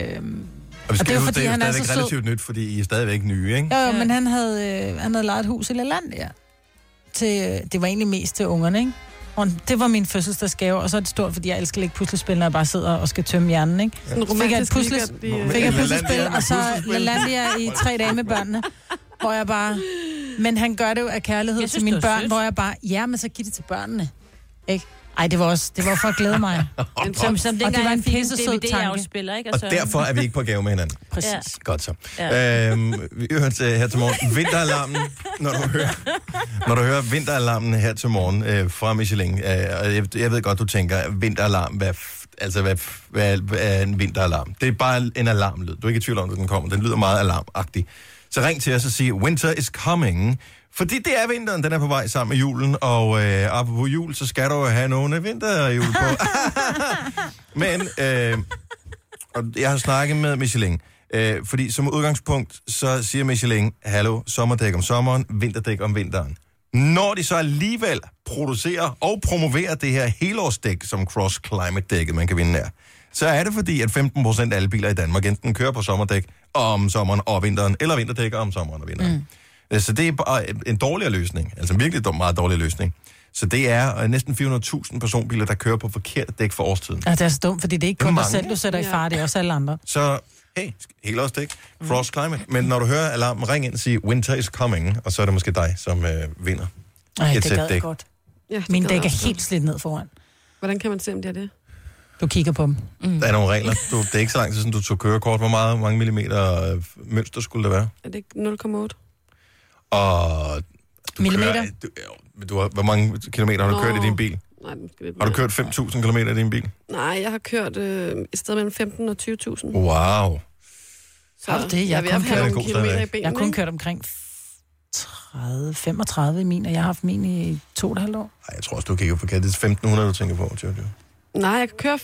Speaker 1: Og vi skal
Speaker 2: det er jo
Speaker 1: huske,
Speaker 2: fordi,
Speaker 1: det er
Speaker 2: han er
Speaker 1: stadigvæk
Speaker 2: så sød.
Speaker 1: relativt nyt, fordi I er stadigvæk nye, ikke? [laughs]
Speaker 2: jo, jo, men han havde, øh, han havde lejet et hus i Lalandia. ja. Til, øh, det var egentlig mest til ungerne, ikke? Og det var min fødselsdagsgave, og så er det stort, fordi jeg elsker at lægge puslespil, når jeg bare sidder og skal tømme hjernen, ikke?
Speaker 3: En
Speaker 2: Så fik jeg
Speaker 3: romantisk
Speaker 2: et pusles-
Speaker 3: weekend. i, øh,
Speaker 1: Men
Speaker 2: fik jeg
Speaker 1: Lalandia
Speaker 2: puslespil,
Speaker 1: med
Speaker 2: og så
Speaker 1: puslespil?
Speaker 2: Lalandia i tre dage med børnene, hvor jeg bare... Men han gør det jo af kærlighed
Speaker 4: Jeg
Speaker 2: synes,
Speaker 4: synes,
Speaker 2: til mine
Speaker 4: det var
Speaker 2: børn,
Speaker 4: sødt.
Speaker 2: hvor jeg bare, ja, men så giv det til børnene. Ikke? Ej, det var også, det var for at glæde mig.
Speaker 4: Som, som dengang
Speaker 2: det var en
Speaker 4: jeg fik
Speaker 2: pissesød tanke.
Speaker 4: DVD-afspiller, ikke?
Speaker 1: Og derfor er vi ikke på gave med hinanden.
Speaker 2: Præcis.
Speaker 4: Ja.
Speaker 1: Godt så. Ja. Øhm, vi hører til her til morgen vinteralarmen, når du hører, når du hører vinteralarmen her til morgen øh, fra Michelin. Øh, og jeg, jeg ved godt, du tænker, vinteralarm, hvad, f- altså hvad, f- hvad, hvad er en vinteralarm? Det er bare en alarmlyd. Du er ikke i tvivl om, at den kommer. Den lyder meget alarmagtig. Så ring til os og sig, winter is coming. Fordi det er vinteren, den er på vej sammen med julen, og øh, apropos jul, så skal du jo have nogle vinterhjul på. Men øh, og jeg har snakket med Michelin, øh, fordi som udgangspunkt, så siger Michelin, hallo, sommerdæk om sommeren, vinterdæk om vinteren. Når de så alligevel producerer og promoverer det her helårsdæk, som Cross Climate dækket man kan vinde af, så er det fordi, at 15% af alle biler i Danmark enten kører på sommerdæk om sommeren og vinteren, eller vinterdæk om sommeren og vinteren. Mm. Øh, Så det er bare en dårligere løsning, altså en virkelig dum- meget dårlig løsning. Så det er øh, næsten 400.000 personbiler, der kører på forkert dæk for årstiden.
Speaker 2: Og det er så dumt, fordi det er ikke
Speaker 1: Det er
Speaker 2: kun dig
Speaker 1: mange.
Speaker 2: selv, du sætter i fare, det er også alle andre.
Speaker 1: Så hey, helt også dæk. Frost climate. Men når du hører alarmen, ring ind og sig, winter is coming, og så er det måske dig, som øh, vinder.
Speaker 2: Ej,
Speaker 1: Et
Speaker 2: det
Speaker 1: sæt
Speaker 2: gad
Speaker 1: dæk.
Speaker 2: jeg godt.
Speaker 3: Ja, det
Speaker 2: Min
Speaker 3: gad
Speaker 2: dæk
Speaker 3: jeg
Speaker 2: er
Speaker 3: også.
Speaker 2: helt slidt ned foran.
Speaker 3: Hvordan kan man se, om det er det?
Speaker 2: Du kigger på dem.
Speaker 1: Mm. Der er nogle regler. Du, det er ikke så lang tid siden, du tog kørekort. Hvor meget, mange millimeter øh, mønster skulle der være?
Speaker 3: Er det ikke 0,8?
Speaker 1: Og du
Speaker 2: Millimeter?
Speaker 1: Kører, du, øh, men du har, hvor mange kilometer har du
Speaker 3: Nå.
Speaker 1: kørt i din bil?
Speaker 3: Nej, den skal lidt
Speaker 1: Har du
Speaker 3: mere.
Speaker 1: kørt 5.000 km i din bil?
Speaker 3: Nej, jeg har kørt øh, et sted mellem 15 og 20.000.
Speaker 1: Wow.
Speaker 3: Så
Speaker 2: Har du det? Jeg
Speaker 3: er
Speaker 2: har
Speaker 3: ved
Speaker 2: kun
Speaker 3: at have
Speaker 1: kørt-
Speaker 3: nogle
Speaker 1: Jeg er god
Speaker 3: kilometer i
Speaker 1: stadigvæk.
Speaker 3: benene.
Speaker 2: Jeg har kun
Speaker 3: ikke?
Speaker 2: kørt omkring 30, 35 i min, og jeg har haft min i to og et halvt år.
Speaker 1: Ej, jeg tror også, du kigger på kat. Det er 1.500, du tænker på, Jojo. Mm.
Speaker 3: Nej, jeg kan køre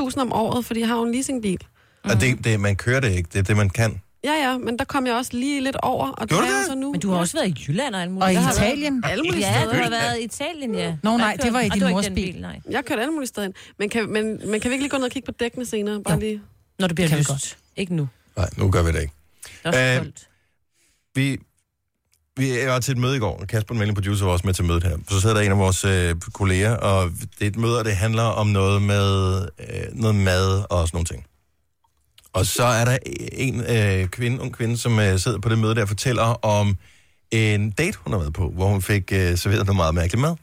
Speaker 3: 15.000 om året, fordi jeg har jo en leasingbil.
Speaker 1: Og det, det, man kører det ikke. Det er det, man kan.
Speaker 3: Ja, ja, men der kom jeg også lige lidt over, og
Speaker 1: Gjorde
Speaker 3: er
Speaker 1: du
Speaker 3: jeg
Speaker 1: det?
Speaker 3: så nu.
Speaker 4: Men du har også været i Jylland og alt muligt.
Speaker 2: Og i
Speaker 4: Der har været-
Speaker 2: Italien?
Speaker 3: Alle mulige
Speaker 4: Ja,
Speaker 3: steder.
Speaker 4: du har været i Italien, ja.
Speaker 2: Nå,
Speaker 4: Har
Speaker 2: nej,
Speaker 4: ikke
Speaker 2: det var i
Speaker 4: kørt-
Speaker 2: din
Speaker 4: har du
Speaker 2: mors
Speaker 4: ikke den
Speaker 2: bil.
Speaker 4: nej.
Speaker 3: Jeg har kørt alle mulige steder. hen. Men kan, men, men kan vi ikke lige gå ned og kigge på dækkene senere? Bare
Speaker 2: Jo.
Speaker 3: lige.
Speaker 4: Når det bliver
Speaker 2: Kan vi
Speaker 4: lyst. Godt. Ikke nu.
Speaker 1: Nej, nu gør vi det ikke.
Speaker 4: Det er også
Speaker 1: Øh,
Speaker 4: øh, koldt.
Speaker 1: vi, vi var til et møde i går, og Kasper Melling, producer, var også med til mødet her. Så sidder der en af vores øh, kolleger, og det er et møde, og det handler om noget med øh, noget mad og sådan nogle ting. Og så er der en øh, kvinde, ung kvinde, som øh, sidder på det møde der og fortæller om en date, hun har været på, hvor hun fik øh, serveret noget meget mærkeligt mad.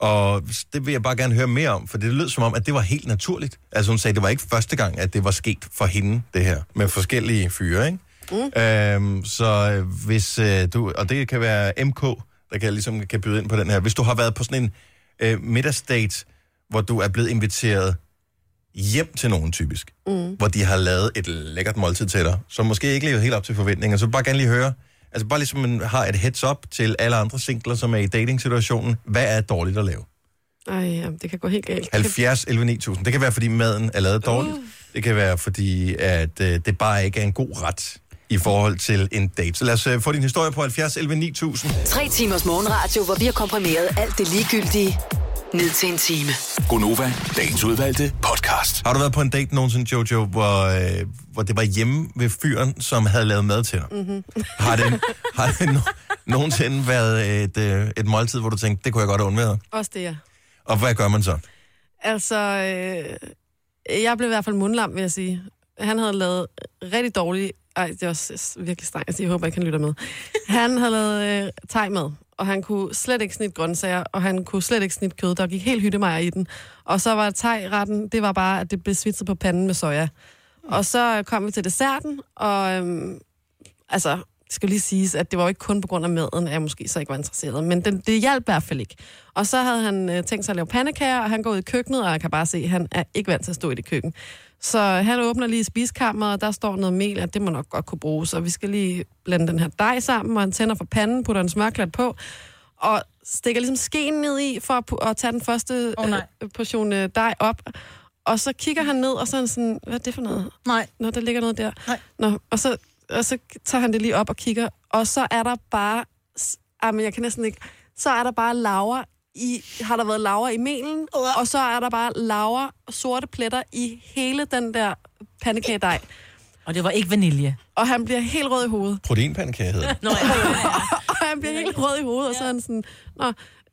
Speaker 1: Og det vil jeg bare gerne høre mere om, for det lød som om, at det var helt naturligt. Altså hun sagde, det var ikke første gang, at det var sket for hende, det her, med forskellige fyre, ikke? Mm. Øhm, så øh, hvis øh, du, og det kan være MK, der kan, ligesom kan byde ind på den her. Hvis du har været på sådan en øh, middagsdate, hvor du er blevet inviteret hjem til nogen typisk, mm. hvor de har lavet et lækkert måltid til dig, som måske ikke lever helt op til forventninger, så vil jeg bare gerne lige høre, altså bare ligesom man har et heads up til alle andre singler, som er i dating-situationen, hvad er dårligt at lave?
Speaker 3: Ej, ja, det kan gå helt galt.
Speaker 1: 70, 11, 9000. Det kan være, fordi maden er lavet dårligt. Det kan være, fordi at, øh, det bare ikke er en god ret i forhold til en date. Så lad os øh, få din historie på 70, 11, 9000.
Speaker 6: Tre timers morgenradio, hvor vi har komprimeret alt det ligegyldige ned til en time.
Speaker 5: Gonova, dagens udvalgte podcast.
Speaker 1: Har du været på en date nogensinde, Jojo, hvor, øh, hvor det var hjemme ved fyren, som havde lavet mad til dig? Mm-hmm. [laughs] Har det, har det no- nogensinde været et, øh, et måltid, hvor du tænkte, det kunne jeg godt have undværet?
Speaker 3: Også det, ja.
Speaker 1: Og hvad gør man så?
Speaker 3: Altså, øh, jeg blev i hvert fald mundlam, vil jeg sige. Han havde lavet rigtig dårlig... Ej, det var s- s- virkelig strengt. Altså, jeg håber ikke, han lytter med. Han havde lavet øh, tegmad, og han kunne slet ikke snitte grøntsager, og han kunne slet ikke snitte kød. Der gik helt hyttemejer i den. Og så var tegretten, det var bare, at det blev svitset på panden med soja. Og så kom vi til desserten, og øhm, altså, det skal jo lige siges, at det var jo ikke kun på grund af maden, at jeg måske så ikke var interesseret, men den, det hjalp i hvert fald ikke. Og så havde han øh, tænkt sig at lave pandekager, og han går ud i køkkenet, og jeg kan bare se, at han er ikke vant til at stå i det køkken. Så han åbner lige spiskammeret, og der står noget mel, at det må nok godt kunne bruges, og vi skal lige blande den her dej sammen, og han tænder for panden, putter en smørklat på, og stikker ligesom skeen ned i, for at, pu- at tage den første
Speaker 2: Åh, nej.
Speaker 3: øh, portion øh, dej op. Og så kigger han ned, og så er han sådan, hvad er det for noget?
Speaker 2: Nej.
Speaker 3: Nå, der ligger noget der.
Speaker 2: Nej.
Speaker 3: Nå, og, så, og så tager han det lige op og kigger, og så er der bare... s- Ej, men jeg kan næsten ikke... Så er der bare laver i... Har der været laver i melen, og så er der bare laver og sorte pletter i hele den der pandekagedej.
Speaker 4: Og det var ikke vanilje.
Speaker 3: Og han bliver helt rød i hovedet.
Speaker 1: Proteinpandekage hedder det.
Speaker 4: Nå, ja, ja, ja.
Speaker 3: og han bliver helt rød i hovedet, og så er han sådan, nå,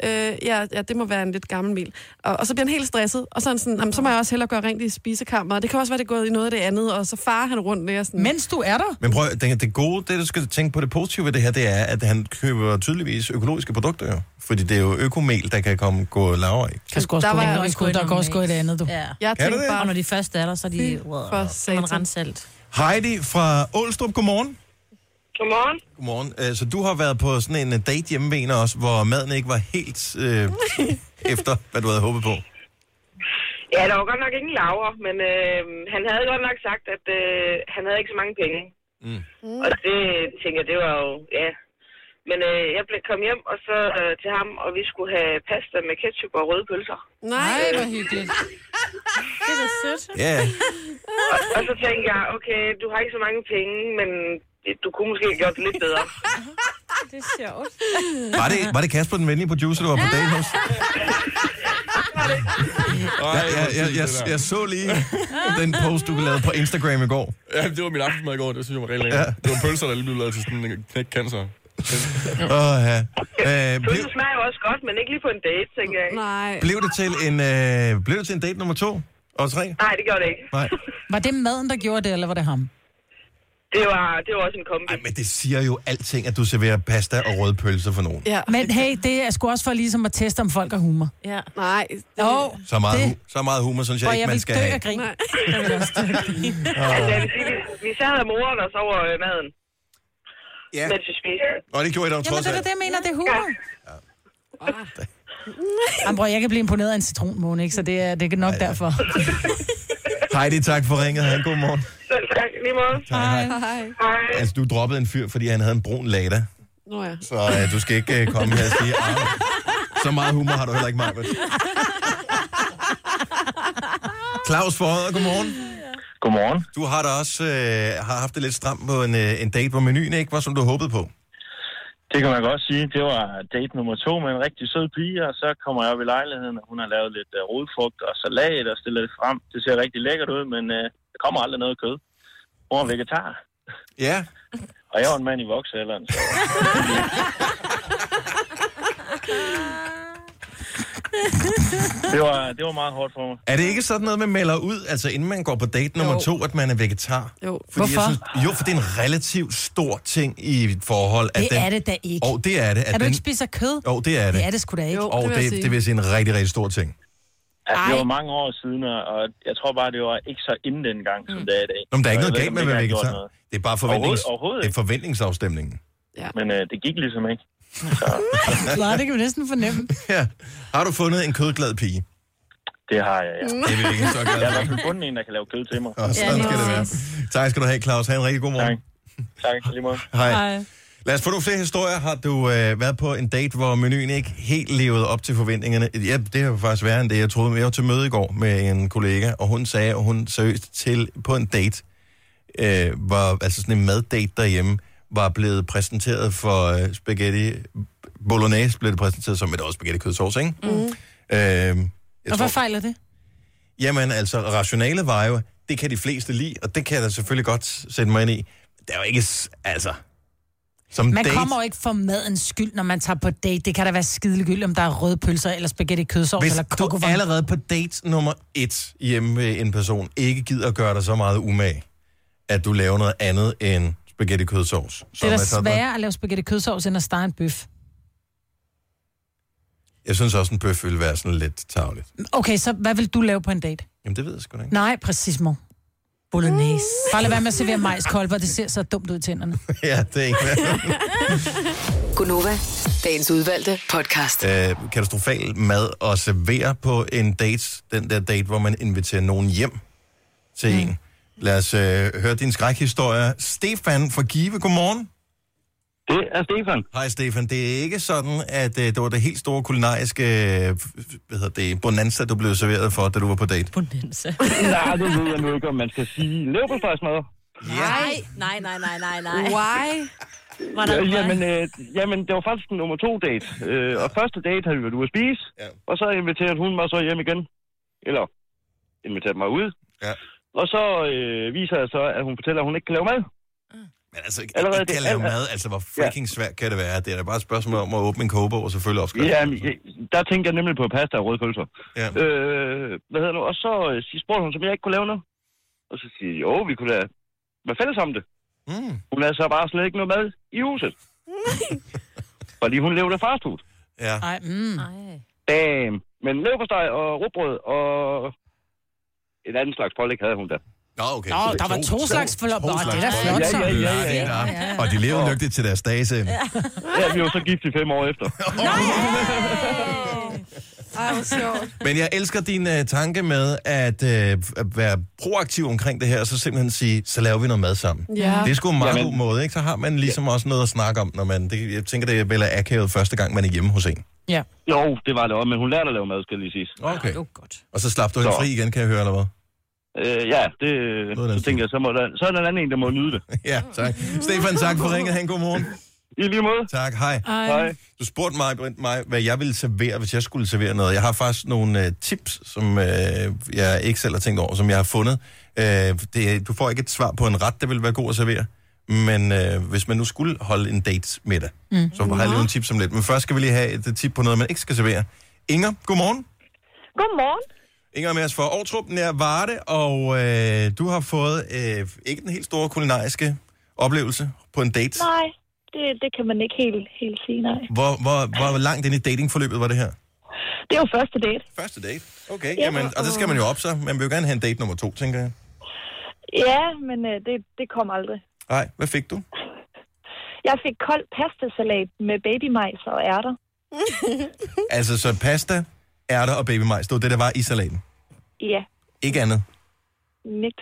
Speaker 3: øh, ja, ja, det må være en lidt gammel mel. Og, og så bliver han helt stresset, og så er han sådan, jamen, så må jeg også hellere gøre rent i spisekammeret. Det kan også være, det er gået i noget af det andet, og så farer han rundt der sådan.
Speaker 2: Mens du er der,
Speaker 1: Men prøv, det, det gode, det du skal tænke på, det positive ved det her, det er, at han køber tydeligvis økologiske produkter jo. Fordi det er jo økomel, der kan komme gå laver i.
Speaker 2: kan sgu også
Speaker 3: Der
Speaker 2: gå
Speaker 3: var-
Speaker 2: ind, og sgu- der går også gå i det andet, du.
Speaker 4: Ja.
Speaker 3: jeg
Speaker 1: Kan du
Speaker 3: tænkte
Speaker 1: det?
Speaker 4: Og
Speaker 3: bare,
Speaker 4: når de først er der, så er de... Wow,
Speaker 3: for
Speaker 4: så er man
Speaker 3: satan.
Speaker 4: renselt.
Speaker 1: Heidi fra Ålstrup, godmorgen.
Speaker 8: Godmorgen.
Speaker 1: Godmorgen. Øh, Så du har været på sådan en øh, date hjemme ved en af os, hvor maden ikke var helt [laughs] øh, efter, hvad du havde håbet på.
Speaker 8: Ja, der var godt nok ingen laver, men øh, han havde godt nok sagt, at øh, han havde ikke så mange penge. Mm. Og det tænker jeg, det var jo, ja. Men øh, jeg blev kom hjem og så øh, til ham, og vi skulle have pasta med ketchup og røde pølser.
Speaker 3: nej,
Speaker 2: Ej, hvor hyggeligt.
Speaker 4: Det er da sødt.
Speaker 1: Ja, yeah.
Speaker 8: Og, og så tænkte jeg, okay, du har ikke så mange penge, men du kunne måske have gjort det lidt bedre.
Speaker 4: Det er sjovt.
Speaker 1: var, det, var det Kasper, den venlige producer, du var på date hos?
Speaker 7: Ej,
Speaker 1: Jeg, jeg, jeg, jeg, jeg så lige den post, du lavede på Instagram i går.
Speaker 7: Ja, det var min aftensmad i går, det synes jeg var rigtig lækkert.
Speaker 1: Ja.
Speaker 7: Det var pølser, der lige blev lavet til sådan en knækcancer.
Speaker 1: Åh, ja.
Speaker 8: [laughs]
Speaker 1: øh, blev,
Speaker 8: Pølser smager jo også godt, men ikke lige på en date, tænker jeg.
Speaker 3: nej.
Speaker 1: blev, det til en, øh, blev det til en date nummer to og tre?
Speaker 8: Nej, det gjorde det ikke.
Speaker 1: Nej.
Speaker 2: Var det maden, der gjorde det, eller var det
Speaker 8: [laughs]
Speaker 2: ham?
Speaker 8: Det var, det var også en kombi.
Speaker 1: Ej, men det siger jo alting, at du serverer pasta og røde pølser for nogen.
Speaker 3: Ja,
Speaker 2: Men hey, det er sgu også for ligesom at teste, om folk har humor.
Speaker 4: Ja.
Speaker 3: nej. det-
Speaker 2: Jo,
Speaker 1: Så meget,
Speaker 2: Det-
Speaker 1: hu- så meget humor, synes jeg
Speaker 2: og
Speaker 1: ikke,
Speaker 2: jeg
Speaker 1: man
Speaker 2: vil
Speaker 1: skal
Speaker 2: dø
Speaker 1: have.
Speaker 2: af grin.
Speaker 3: Nej.
Speaker 2: Jeg vil også dø af grin.
Speaker 8: Altså, jeg vil sige, vi, vi sad og morede os over øh, maden,
Speaker 1: Ja,
Speaker 8: mens vi spiste.
Speaker 1: og det gjorde jeg dog
Speaker 2: Jamen,
Speaker 1: trods
Speaker 2: det er da
Speaker 1: alt.
Speaker 2: det, jeg mener, det er humor. Jamen, bror, jeg kan blive imponeret af en citronmåne, ikke? Så det er, det er nok derfor.
Speaker 1: Heidi, tak for ringet. Ha' en god morgen.
Speaker 8: Selv tak, lige måde.
Speaker 1: Hej.
Speaker 3: Hej.
Speaker 8: Hej.
Speaker 1: Altså, du droppede en fyr, fordi han havde en brun lada.
Speaker 3: Nå ja.
Speaker 1: Så øh, du skal ikke øh, komme her og sige, "Au, så meget humor har du heller ikke, Marvind. Claus Forhøjer, godmorgen.
Speaker 9: Godmorgen.
Speaker 1: Du har da også øh, har haft det lidt stramt på en, øh, en date, hvor menuen ikke var, som du håbede på.
Speaker 9: Det kan man godt sige. Det var date nummer to med en rigtig sød pige, og så kommer jeg op i lejligheden, og hun har lavet lidt uh, rodfrugt og salat og stillet det frem. Det ser rigtig lækkert ud, men uh, der kommer aldrig noget kød. Hun er vegetar,
Speaker 1: Ja,
Speaker 9: og jeg var en mand i voksalderen, så det var, det var meget hårdt for mig.
Speaker 1: Er det ikke sådan noget, man melder ud, altså inden man går på date nummer
Speaker 3: Jo.
Speaker 1: to, at man er vegetar?
Speaker 3: Jo.
Speaker 1: Fordi
Speaker 2: Hvorfor?
Speaker 1: Jeg synes, jo, for det er en relativt stor ting i et forhold. At
Speaker 2: Det
Speaker 1: den,
Speaker 2: er det da ikke.
Speaker 1: Og det er det. At
Speaker 2: Er du
Speaker 1: den,
Speaker 2: ikke spiser kød?
Speaker 1: Jo, det er det.
Speaker 2: Ja, det skulle da ikke.
Speaker 3: Jo.
Speaker 1: Og
Speaker 3: Det vil jeg
Speaker 1: det,
Speaker 3: sige.
Speaker 1: det vil jeg sige en rigtig, rigtig stor ting.
Speaker 9: Altså, det
Speaker 3: Ej.
Speaker 9: var mange år siden, og og jeg tror bare, det var ikke så inden dengang, som det er i dag.
Speaker 1: Nå, men der er
Speaker 9: Så
Speaker 1: ikke
Speaker 9: jeg
Speaker 1: noget
Speaker 9: ved
Speaker 1: galt
Speaker 9: om
Speaker 1: med at
Speaker 9: det
Speaker 1: være
Speaker 9: har gjort
Speaker 1: vegetar.
Speaker 9: noget.
Speaker 1: Det er bare forventnings...
Speaker 9: Overhovedet- overhovedet
Speaker 1: det er forventningsafstemningen. [laughs]
Speaker 9: Men øh, det gik ligesom ikke.
Speaker 2: Nej, det kan vi næsten fornemme.
Speaker 1: Ja. Har du fundet en kødglad pige?
Speaker 9: Det har jeg, ja.
Speaker 1: Det er vi ikke så
Speaker 9: Jeg er
Speaker 1: glad
Speaker 9: i
Speaker 1: for.
Speaker 9: hvert fald bunden en, der kan lave kød til mig.
Speaker 1: Og sådan skal det være. Tak skal du have, Claus. Ha' en rigtig god
Speaker 9: Tak.
Speaker 1: morgen.
Speaker 9: Tak, lige måde.
Speaker 1: Hej. Lad os få nogle flere historier. Har du øh, været på en date, hvor menuen ikke helt levede op til forventningerne? Ja, det har faktisk været end det, jeg troede. Men Jeg var til møde i går med en kollega, og hun sagde, at hun seriøst til på en date, øh, var, altså sådan en maddate derhjemme, var blevet præsenteret for øh, spaghetti bolognese, blev det præsenteret som et også spaghetti kødsovs, ikke? Mm. Øh, jeg
Speaker 2: [laughs] Og
Speaker 1: tror-
Speaker 2: hvad fejler det?
Speaker 1: Jamen altså, rationalet var jo, det kan de fleste lide, og det kan jeg da selvfølgelig godt sætte mig ind i. Det er jo ikke, s- altså... Som
Speaker 2: Man
Speaker 1: date,
Speaker 2: kommer jo ikke for madens skyld, når man tager på date. Det kan da være skidegyldigt, om der er røde pølser, eller spaghetti kødsovs,
Speaker 1: hvis
Speaker 2: eller
Speaker 1: du
Speaker 2: kokovang.
Speaker 1: allerede på date nummer et hjemme med en person ikke gider gøre dig så meget umage, at du laver noget andet end spaghetti kødsovs.
Speaker 2: Det er
Speaker 1: som
Speaker 2: da
Speaker 1: sådan-
Speaker 2: sværere at lave spaghetti kødsovs, end at starte en bøf.
Speaker 1: Jeg synes også, en bøf ville være sådan lidt tavligt.
Speaker 2: Okay, så hvad vil du lave på en date?
Speaker 1: Jamen, det ved jeg sgu da ikke. [laughs]
Speaker 2: Nej, præcis, mor.
Speaker 4: bolognese.
Speaker 2: Mm. Bare lad være med at servere majskolber, det ser så dumt ud i tænderne.
Speaker 1: ja, det er ikke hvad.
Speaker 6: Gunova, dagens udvalgte podcast.
Speaker 1: øh, katastrofal mad at servere på en date, den der date, hvor man inviterer nogen hjem til mm. en. Lad os øh, høre din skrækhistorie. Stefan fra Give, godmorgen.
Speaker 9: Det er Stefan.
Speaker 1: Hej Stefan, det er ikke sådan, at øh, det var det helt store kulinariske øh, f- hvad hedder det, bonanza, du blev serveret for, da du var på date.
Speaker 4: Bonanza.
Speaker 9: Nej, det ved jeg nu ikke, om man skal sige. Leverpostejsmad.
Speaker 4: Nej, nej, nej, nej, nej, nej.
Speaker 3: Why?
Speaker 4: Var der
Speaker 9: Ja, jamen, øh, jamen, det var faktisk en nummer to date. Øh, og første date havde vi været ude at spise,
Speaker 1: Ja.
Speaker 9: ja. og så inviterede hun mig så hjem igen. Eller, inviterede mig ud.
Speaker 1: Ja.
Speaker 9: Og så øh, viser jeg så, at hun fortæller, at hun ikke kan lave mad.
Speaker 1: Men altså, ikke
Speaker 9: Allerede
Speaker 1: ikke at
Speaker 9: det-
Speaker 1: lave
Speaker 9: al- al-
Speaker 1: mad, altså hvor freaking svært kan det være? Det er da bare et spørgsmål om at åbne en kogebog og selvfølgelig opskrift.
Speaker 9: Ja, øh, der tænkte jeg nemlig på pasta og røde pølser.
Speaker 1: Ja.
Speaker 9: Øh, hvad hedder det nu? Og så øh, sig- spurgte hun, som jeg ikke kunne lave noget. Og så siger jeg, jo, vi kunne da være fælles om det.
Speaker 1: Mm.
Speaker 9: Hun havde så bare slet ikke noget mad i
Speaker 1: [laughs]
Speaker 9: huset. Fordi hun levede af fastfood.
Speaker 1: ja.
Speaker 2: Nej, mm.
Speaker 4: Ej.
Speaker 9: Damn. Men leverpostej og rugbrød og en anden slags pålæg havde hun da.
Speaker 1: Nå, okay.
Speaker 2: Nå,
Speaker 1: Så
Speaker 2: der var to slags forlop. Nå, det er da
Speaker 1: forlop.
Speaker 2: flot, så.
Speaker 9: Ja, ja, ja, ja.
Speaker 1: Nej, nej, nej. Og de lever lykkeligt til deres dage selv.
Speaker 9: Ja, vi var så gift i fem år
Speaker 1: [laughs]
Speaker 9: efter.
Speaker 3: Ej, hvor sjovt.
Speaker 1: Men jeg elsker din øh, tanke med at, øh, at være proaktiv omkring det her, og så simpelthen sige, så laver vi noget mad sammen.
Speaker 3: Ja.
Speaker 1: Det er sgu en meget
Speaker 9: Jamen.
Speaker 1: god måde, ikke? Så har man ligesom også noget at snakke om, når man... Det, jeg tænker, det er vel er akavet første gang, man er hjemme hos en.
Speaker 9: Jo, det var det også, men hun lærte at lave mad, skal jeg lige sige.
Speaker 1: Okay.
Speaker 4: Jo, godt.
Speaker 1: Og så slap du hende
Speaker 9: Så.
Speaker 1: fri igen, kan jeg høre, eller hvad? [laughs]
Speaker 9: Øh, ja, det
Speaker 1: Noget af den
Speaker 9: så tænkte jeg, så, må der, så er der en anden en, der må nyde
Speaker 1: [laughs]
Speaker 9: det.
Speaker 1: ja,
Speaker 9: [laughs]
Speaker 1: tak. Stefan, tak for ringet. Han, god morgen.
Speaker 9: I lige måde.
Speaker 1: Tak, hej.
Speaker 9: Hej.
Speaker 1: Du spurgte mig, Brint, mig, hvad jeg ville servere, hvis jeg skulle servere noget. Jeg har faktisk nogle øh, tips, som øh, jeg ikke selv har tænkt over, som jeg har fundet. Øh, det, du får ikke et svar på en ret, der vil være god at servere. Men øh, hvis man nu skulle holde en date med dig, mm. så har jeg lige nogle tips om lidt. Men først skal vi lige have et øh, tip på noget, man ikke skal servere. Inger, godmorgen.
Speaker 10: Godmorgen.
Speaker 1: Inger er med os fra Aarhus nær Varde, og øh, du har fået øh, ikke den helt store kulinariske oplevelse på en date.
Speaker 10: Nej, det, det kan man ikke helt, helt sige, nej.
Speaker 1: Hvor, hvor, hvor langt ind i datingforløbet var det her?
Speaker 10: Det var første date.
Speaker 1: Første date? Okay, ja.
Speaker 10: Ja.
Speaker 1: jamen, og det skal man jo op så. Man vil jo gerne have en date nummer to, tænker jeg.
Speaker 10: Ja, men øh, det, det kom aldrig.
Speaker 1: Nej, hvad fik du?
Speaker 10: Jeg fik kold pastasalat med babymajs og ærter.
Speaker 1: Altså, så pasta, ærter og babymajs, det var det, der var i salaten.
Speaker 10: Ja,
Speaker 1: Ikke andet.
Speaker 10: nix.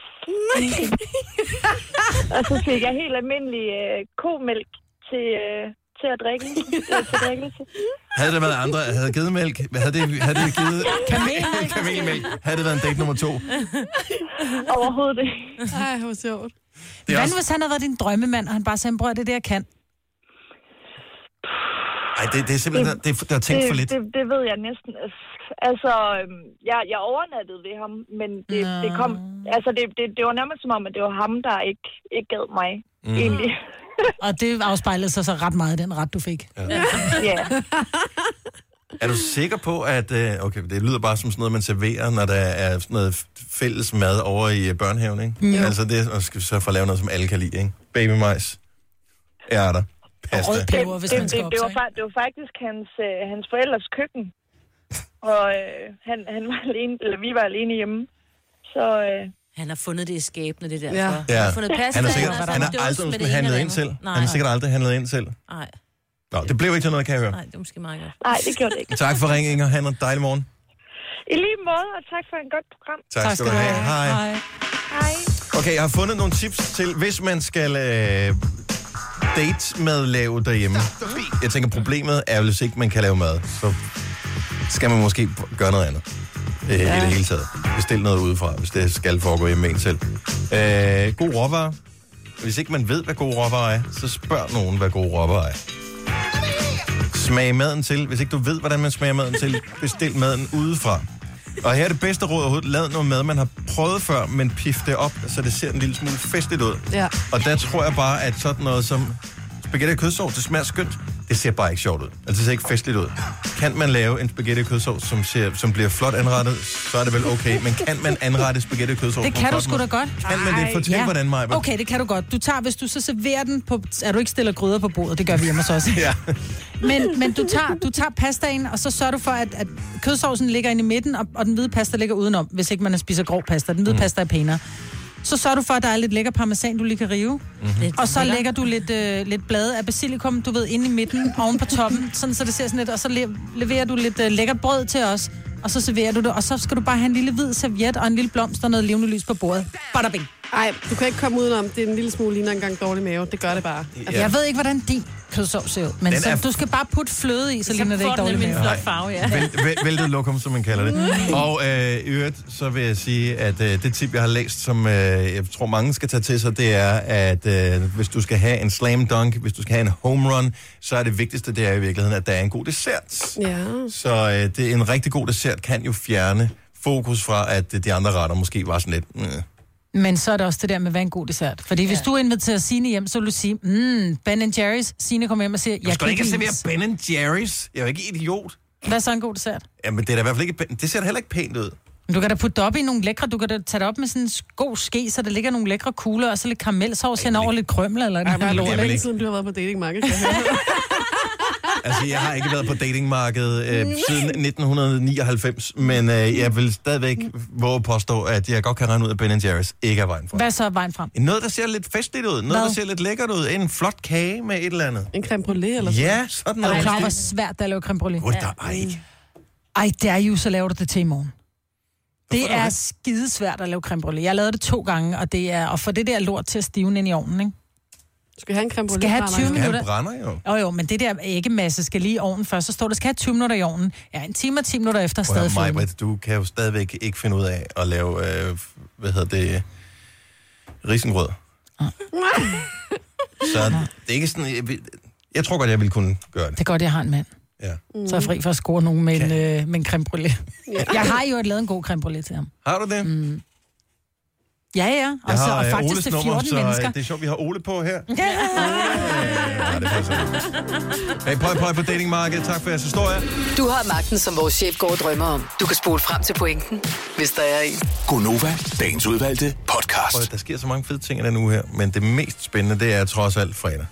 Speaker 10: [laughs] og så fik jeg helt almindelig øh, komælk til, øh, til at drikke. Øh, til drikkelse.
Speaker 1: Havde der været andre, havde gedemælk, havde det, havde det givet kamelmælk, [laughs] kamelmælk havde det været en date nummer to.
Speaker 10: Overhovedet ikke.
Speaker 3: Ej, hvor sjovt.
Speaker 1: Det er
Speaker 2: Hvad
Speaker 1: også,
Speaker 2: nu, hvis han havde været din drømmemand, og han bare sagde, bror, det er det, jeg kan.
Speaker 1: ej, det, det er simpelthen, det, det, der er tænkt for
Speaker 10: det,
Speaker 1: lidt.
Speaker 10: Det, det ved jeg næsten. Altså, øhm, jeg, jeg overnattede ved ham, men det, det kom... Altså, det, det, det var nærmest som om, at det var ham, der ikke, ikke gad mig, mm. egentlig. [laughs]
Speaker 2: Og det afspejlede sig så ret meget i den ret, du fik.
Speaker 10: ja.
Speaker 1: Er du sikker på, at... øh, Okay, det lyder bare som sådan noget, man serverer, når der er sådan noget f- fælles mad over i øh, børnehaven, ikke? Jo. Altså, det og skal vi så få lavet noget, som alle kan lide, ikke? Babymajs, ærter, pasta.
Speaker 2: Rød
Speaker 10: Det,
Speaker 2: peber, hvis
Speaker 10: det,
Speaker 2: man
Speaker 10: det,
Speaker 2: skal op,
Speaker 10: det,
Speaker 2: så,
Speaker 10: var,
Speaker 2: ikke?
Speaker 10: fa- det var faktisk hans, øh, hans forældres køkken. Og øh, han, han var alene, eller vi var alene hjemme. Så øh,
Speaker 4: Han har fundet det i skæbne, det der. Ja. Han
Speaker 1: Ja.
Speaker 4: har fundet pasta.
Speaker 1: Han har sikkert
Speaker 4: fundet
Speaker 1: han har
Speaker 4: dåse
Speaker 1: aldrig
Speaker 4: med
Speaker 1: nogensinde
Speaker 4: det ene og
Speaker 1: handlet ind
Speaker 4: det andet.
Speaker 1: selv.
Speaker 4: Nej,
Speaker 1: Han har sikkert aldrig handlet ind selv.
Speaker 4: nej,
Speaker 1: Nå, det blev ikke til noget, kan jeg høre.
Speaker 4: nej, det er måske meget
Speaker 9: Ah.
Speaker 4: godt.
Speaker 10: nej, det gjorde det ikke.
Speaker 1: Tak for ringen, Inger. Han en dejlig morgen.
Speaker 10: I lige måde, og tak for en godt program.
Speaker 1: Tak, tak skal du have. Hej.
Speaker 2: Hej.
Speaker 10: Hej.
Speaker 1: Okay, jeg har fundet nogle tips til, hvis man skal øh, date med lave derhjemme. Jeg tænker, problemet er, hvis ikke man kan lave mad, så skal man måske gøre noget andet. Øh, ja. I det hele taget. Bestil noget udefra, hvis det skal foregå hjemme med en selv. Øh, god råvarer. Hvis ikke man ved, hvad gode råvarer er, så spørg nogen, hvad gode råvarer er. Smag maden til. Hvis ikke du ved, hvordan man smager maden til, bestil maden udefra. Og her er det bedste råd overhovedet. Lav noget mad, man har prøvet før, men pif det op, så det ser en lille smule festligt ud.
Speaker 3: Ja.
Speaker 1: Og der tror jeg bare, at sådan noget som spaghetti og kødsovs, det smager skønt. Det ser bare ikke sjovt ud. Altså, det ser ikke festligt ud. Kan man lave en spaghetti og kødsovs, som, ser, som bliver flot anrettet, så er det vel okay. Men kan man anrette spaghetti og kødsovs?
Speaker 2: Det
Speaker 1: på en
Speaker 2: kan du
Speaker 1: flot
Speaker 2: sgu
Speaker 1: måde?
Speaker 2: da godt.
Speaker 1: Kan man det? Fortæl, ja. hvordan, Maja.
Speaker 2: Okay, det kan du godt. Du tager, hvis du så serverer den på... Er du ikke stiller gryder på bordet? Det gør vi hjemme hos
Speaker 1: [laughs]
Speaker 2: os.
Speaker 1: Ja.
Speaker 2: Men, men du, tager, du tager pastaen, og så sørger du for, at, at kødsovsen ligger inde i midten, og, og den hvide pasta ligger udenom, hvis ikke man spiser grov pasta. Den hvide mm. pasta er pænere. Så sørger du for, at der er lidt lækker parmesan, du lige kan rive.
Speaker 1: Mm.
Speaker 4: Mm-hmm.
Speaker 2: Og så lægger du lidt, øh, lidt blade af basilikum, du ved, inde i midten, oven på toppen, sådan, så det ser sådan lidt, og så le- leverer du lidt øh, lækker brød til os, og så serverer du det, og så skal du bare have en lille hvid serviet og en lille blomst og noget levende lys på bordet. Bada bing.
Speaker 3: Ej, du kan ikke komme udenom. Det er en lille smule ligner engang dårlig mave. Det gør det bare. Altså,
Speaker 2: Ja. Jeg ved ikke, hvordan din kødsovs ser ud, men
Speaker 1: Den
Speaker 2: så,
Speaker 1: er-
Speaker 2: du skal bare putte fløde i, så, så ligner det ikke dårligt
Speaker 1: nemlig en
Speaker 2: mave.
Speaker 1: flot farve, Væl- væl- Væltet lokum, som man kalder det. Og øh, i øvrigt, så vil jeg sige, at øh, det tip, jeg har læst, som øh, jeg tror, mange skal tage til sig, det er, at øh, hvis du skal have en slam dunk, hvis du skal have en home run, så er det vigtigste, det er i virkeligheden, at der er en god dessert.
Speaker 3: Ja.
Speaker 1: Så øh, det er en rigtig god dessert, kan jo fjerne fokus fra, at øh, de andre retter måske var sådan lidt... Mm.
Speaker 2: Men så er det også det der med, hvad er en god dessert. Fordi ja. hvis du inviterer Signe hjem, så vil du sige, mm, Ben Jerry's. Signe kommer hjem og siger, jeg
Speaker 1: skal
Speaker 2: kan
Speaker 1: da
Speaker 2: ikke
Speaker 1: ikke
Speaker 2: lide
Speaker 1: servere
Speaker 2: is."
Speaker 1: Ben Jerry's. Jeg er jo ikke idiot.
Speaker 2: Hvad er så en god dessert?
Speaker 1: Jamen, det, er da i hvert fald ikke, pæ- det ser da heller ikke pænt ud.
Speaker 2: Men Du kan da putte det op i nogle lækre, du kan da tage det op med sådan en god ske, så der ligger nogle lækre kugler, og så lidt karamelsovs henover, lidt krømmel eller
Speaker 3: Ej,
Speaker 2: noget
Speaker 3: hvor
Speaker 1: jeg
Speaker 3: er det
Speaker 1: vil
Speaker 3: længe
Speaker 1: ikke-
Speaker 3: siden, du har været på datingmarkedet. kan jeg høre.
Speaker 1: Altså, jeg har ikke været på datingmarkedet øh, siden 1999, men øh, jeg vil stadigvæk våge at påstå, at jeg godt kan regne ud, at Ben Jerry's ikke er vejen for.
Speaker 2: Hvad så er vejen frem?
Speaker 1: Noget, der ser lidt festligt ud, noget,
Speaker 2: Hvad?
Speaker 1: der ser lidt lækkert ud, en flot kage med et eller andet.
Speaker 3: En creme brûlée eller sådan
Speaker 1: Ja, sådan
Speaker 2: Er
Speaker 1: noget.
Speaker 2: du klar, over, hvor svært det er at lave creme brûlée?
Speaker 1: Gud, der, ej.
Speaker 2: Ej, det er jo, så laver du det til i morgen. Det er skidesvært at lave creme brûlée. Jeg lavede det to gange, og det er at få det der lort til at stivne ind i ovnen, ikke?
Speaker 3: Du skal have en creme brûlée.
Speaker 2: Skal have
Speaker 3: Barbara.
Speaker 2: 20
Speaker 1: Skal have
Speaker 2: minutter.
Speaker 1: en brænder jo.
Speaker 2: Jo, jo, men det der æggemasse skal lige i ovnen først. Så står der, skal have 20 minutter i ovnen. Ja, en time og 10 minutter efter er
Speaker 1: Prøv
Speaker 2: stadig
Speaker 1: at høre,
Speaker 2: fedme.
Speaker 1: Maj-Brit, du kan jo stadigvæk ikke finde ud af at lave, øh, hvad hedder det, risengrød. Så det er ikke sådan, jeg, vil- jeg tror godt, jeg ville kunne gøre
Speaker 2: Det
Speaker 1: det.
Speaker 2: er godt, jeg har en mand.
Speaker 1: Ja.
Speaker 2: Så er jeg fri for at score nogen med en, øh, med en creme brûlée. Jeg har jo lavet en god creme brûlée til ham.
Speaker 1: Har du det? Mm.
Speaker 2: Ja, ja. Og,
Speaker 1: Jeg
Speaker 2: så,
Speaker 1: har
Speaker 2: og
Speaker 1: øh,
Speaker 2: faktisk
Speaker 1: Oles
Speaker 2: til
Speaker 1: nummer,
Speaker 2: 14
Speaker 1: så øh,
Speaker 2: mennesker.
Speaker 1: det er sjovt, vi har Ole på her.
Speaker 2: Ja.
Speaker 1: Ja, Øh, det passer. Hey, pøj, pøj på datingmarkedet. Tak for jeres historie.
Speaker 6: Du har magten, som vores chef går og drømmer om. Du kan spole frem til pointen, hvis der er en.
Speaker 5: Gonova, dagens udvalgte podcast.
Speaker 1: Prøv, at- der sker så mange fede ting i den uge her, men det mest spændende, det er trods alt fredag.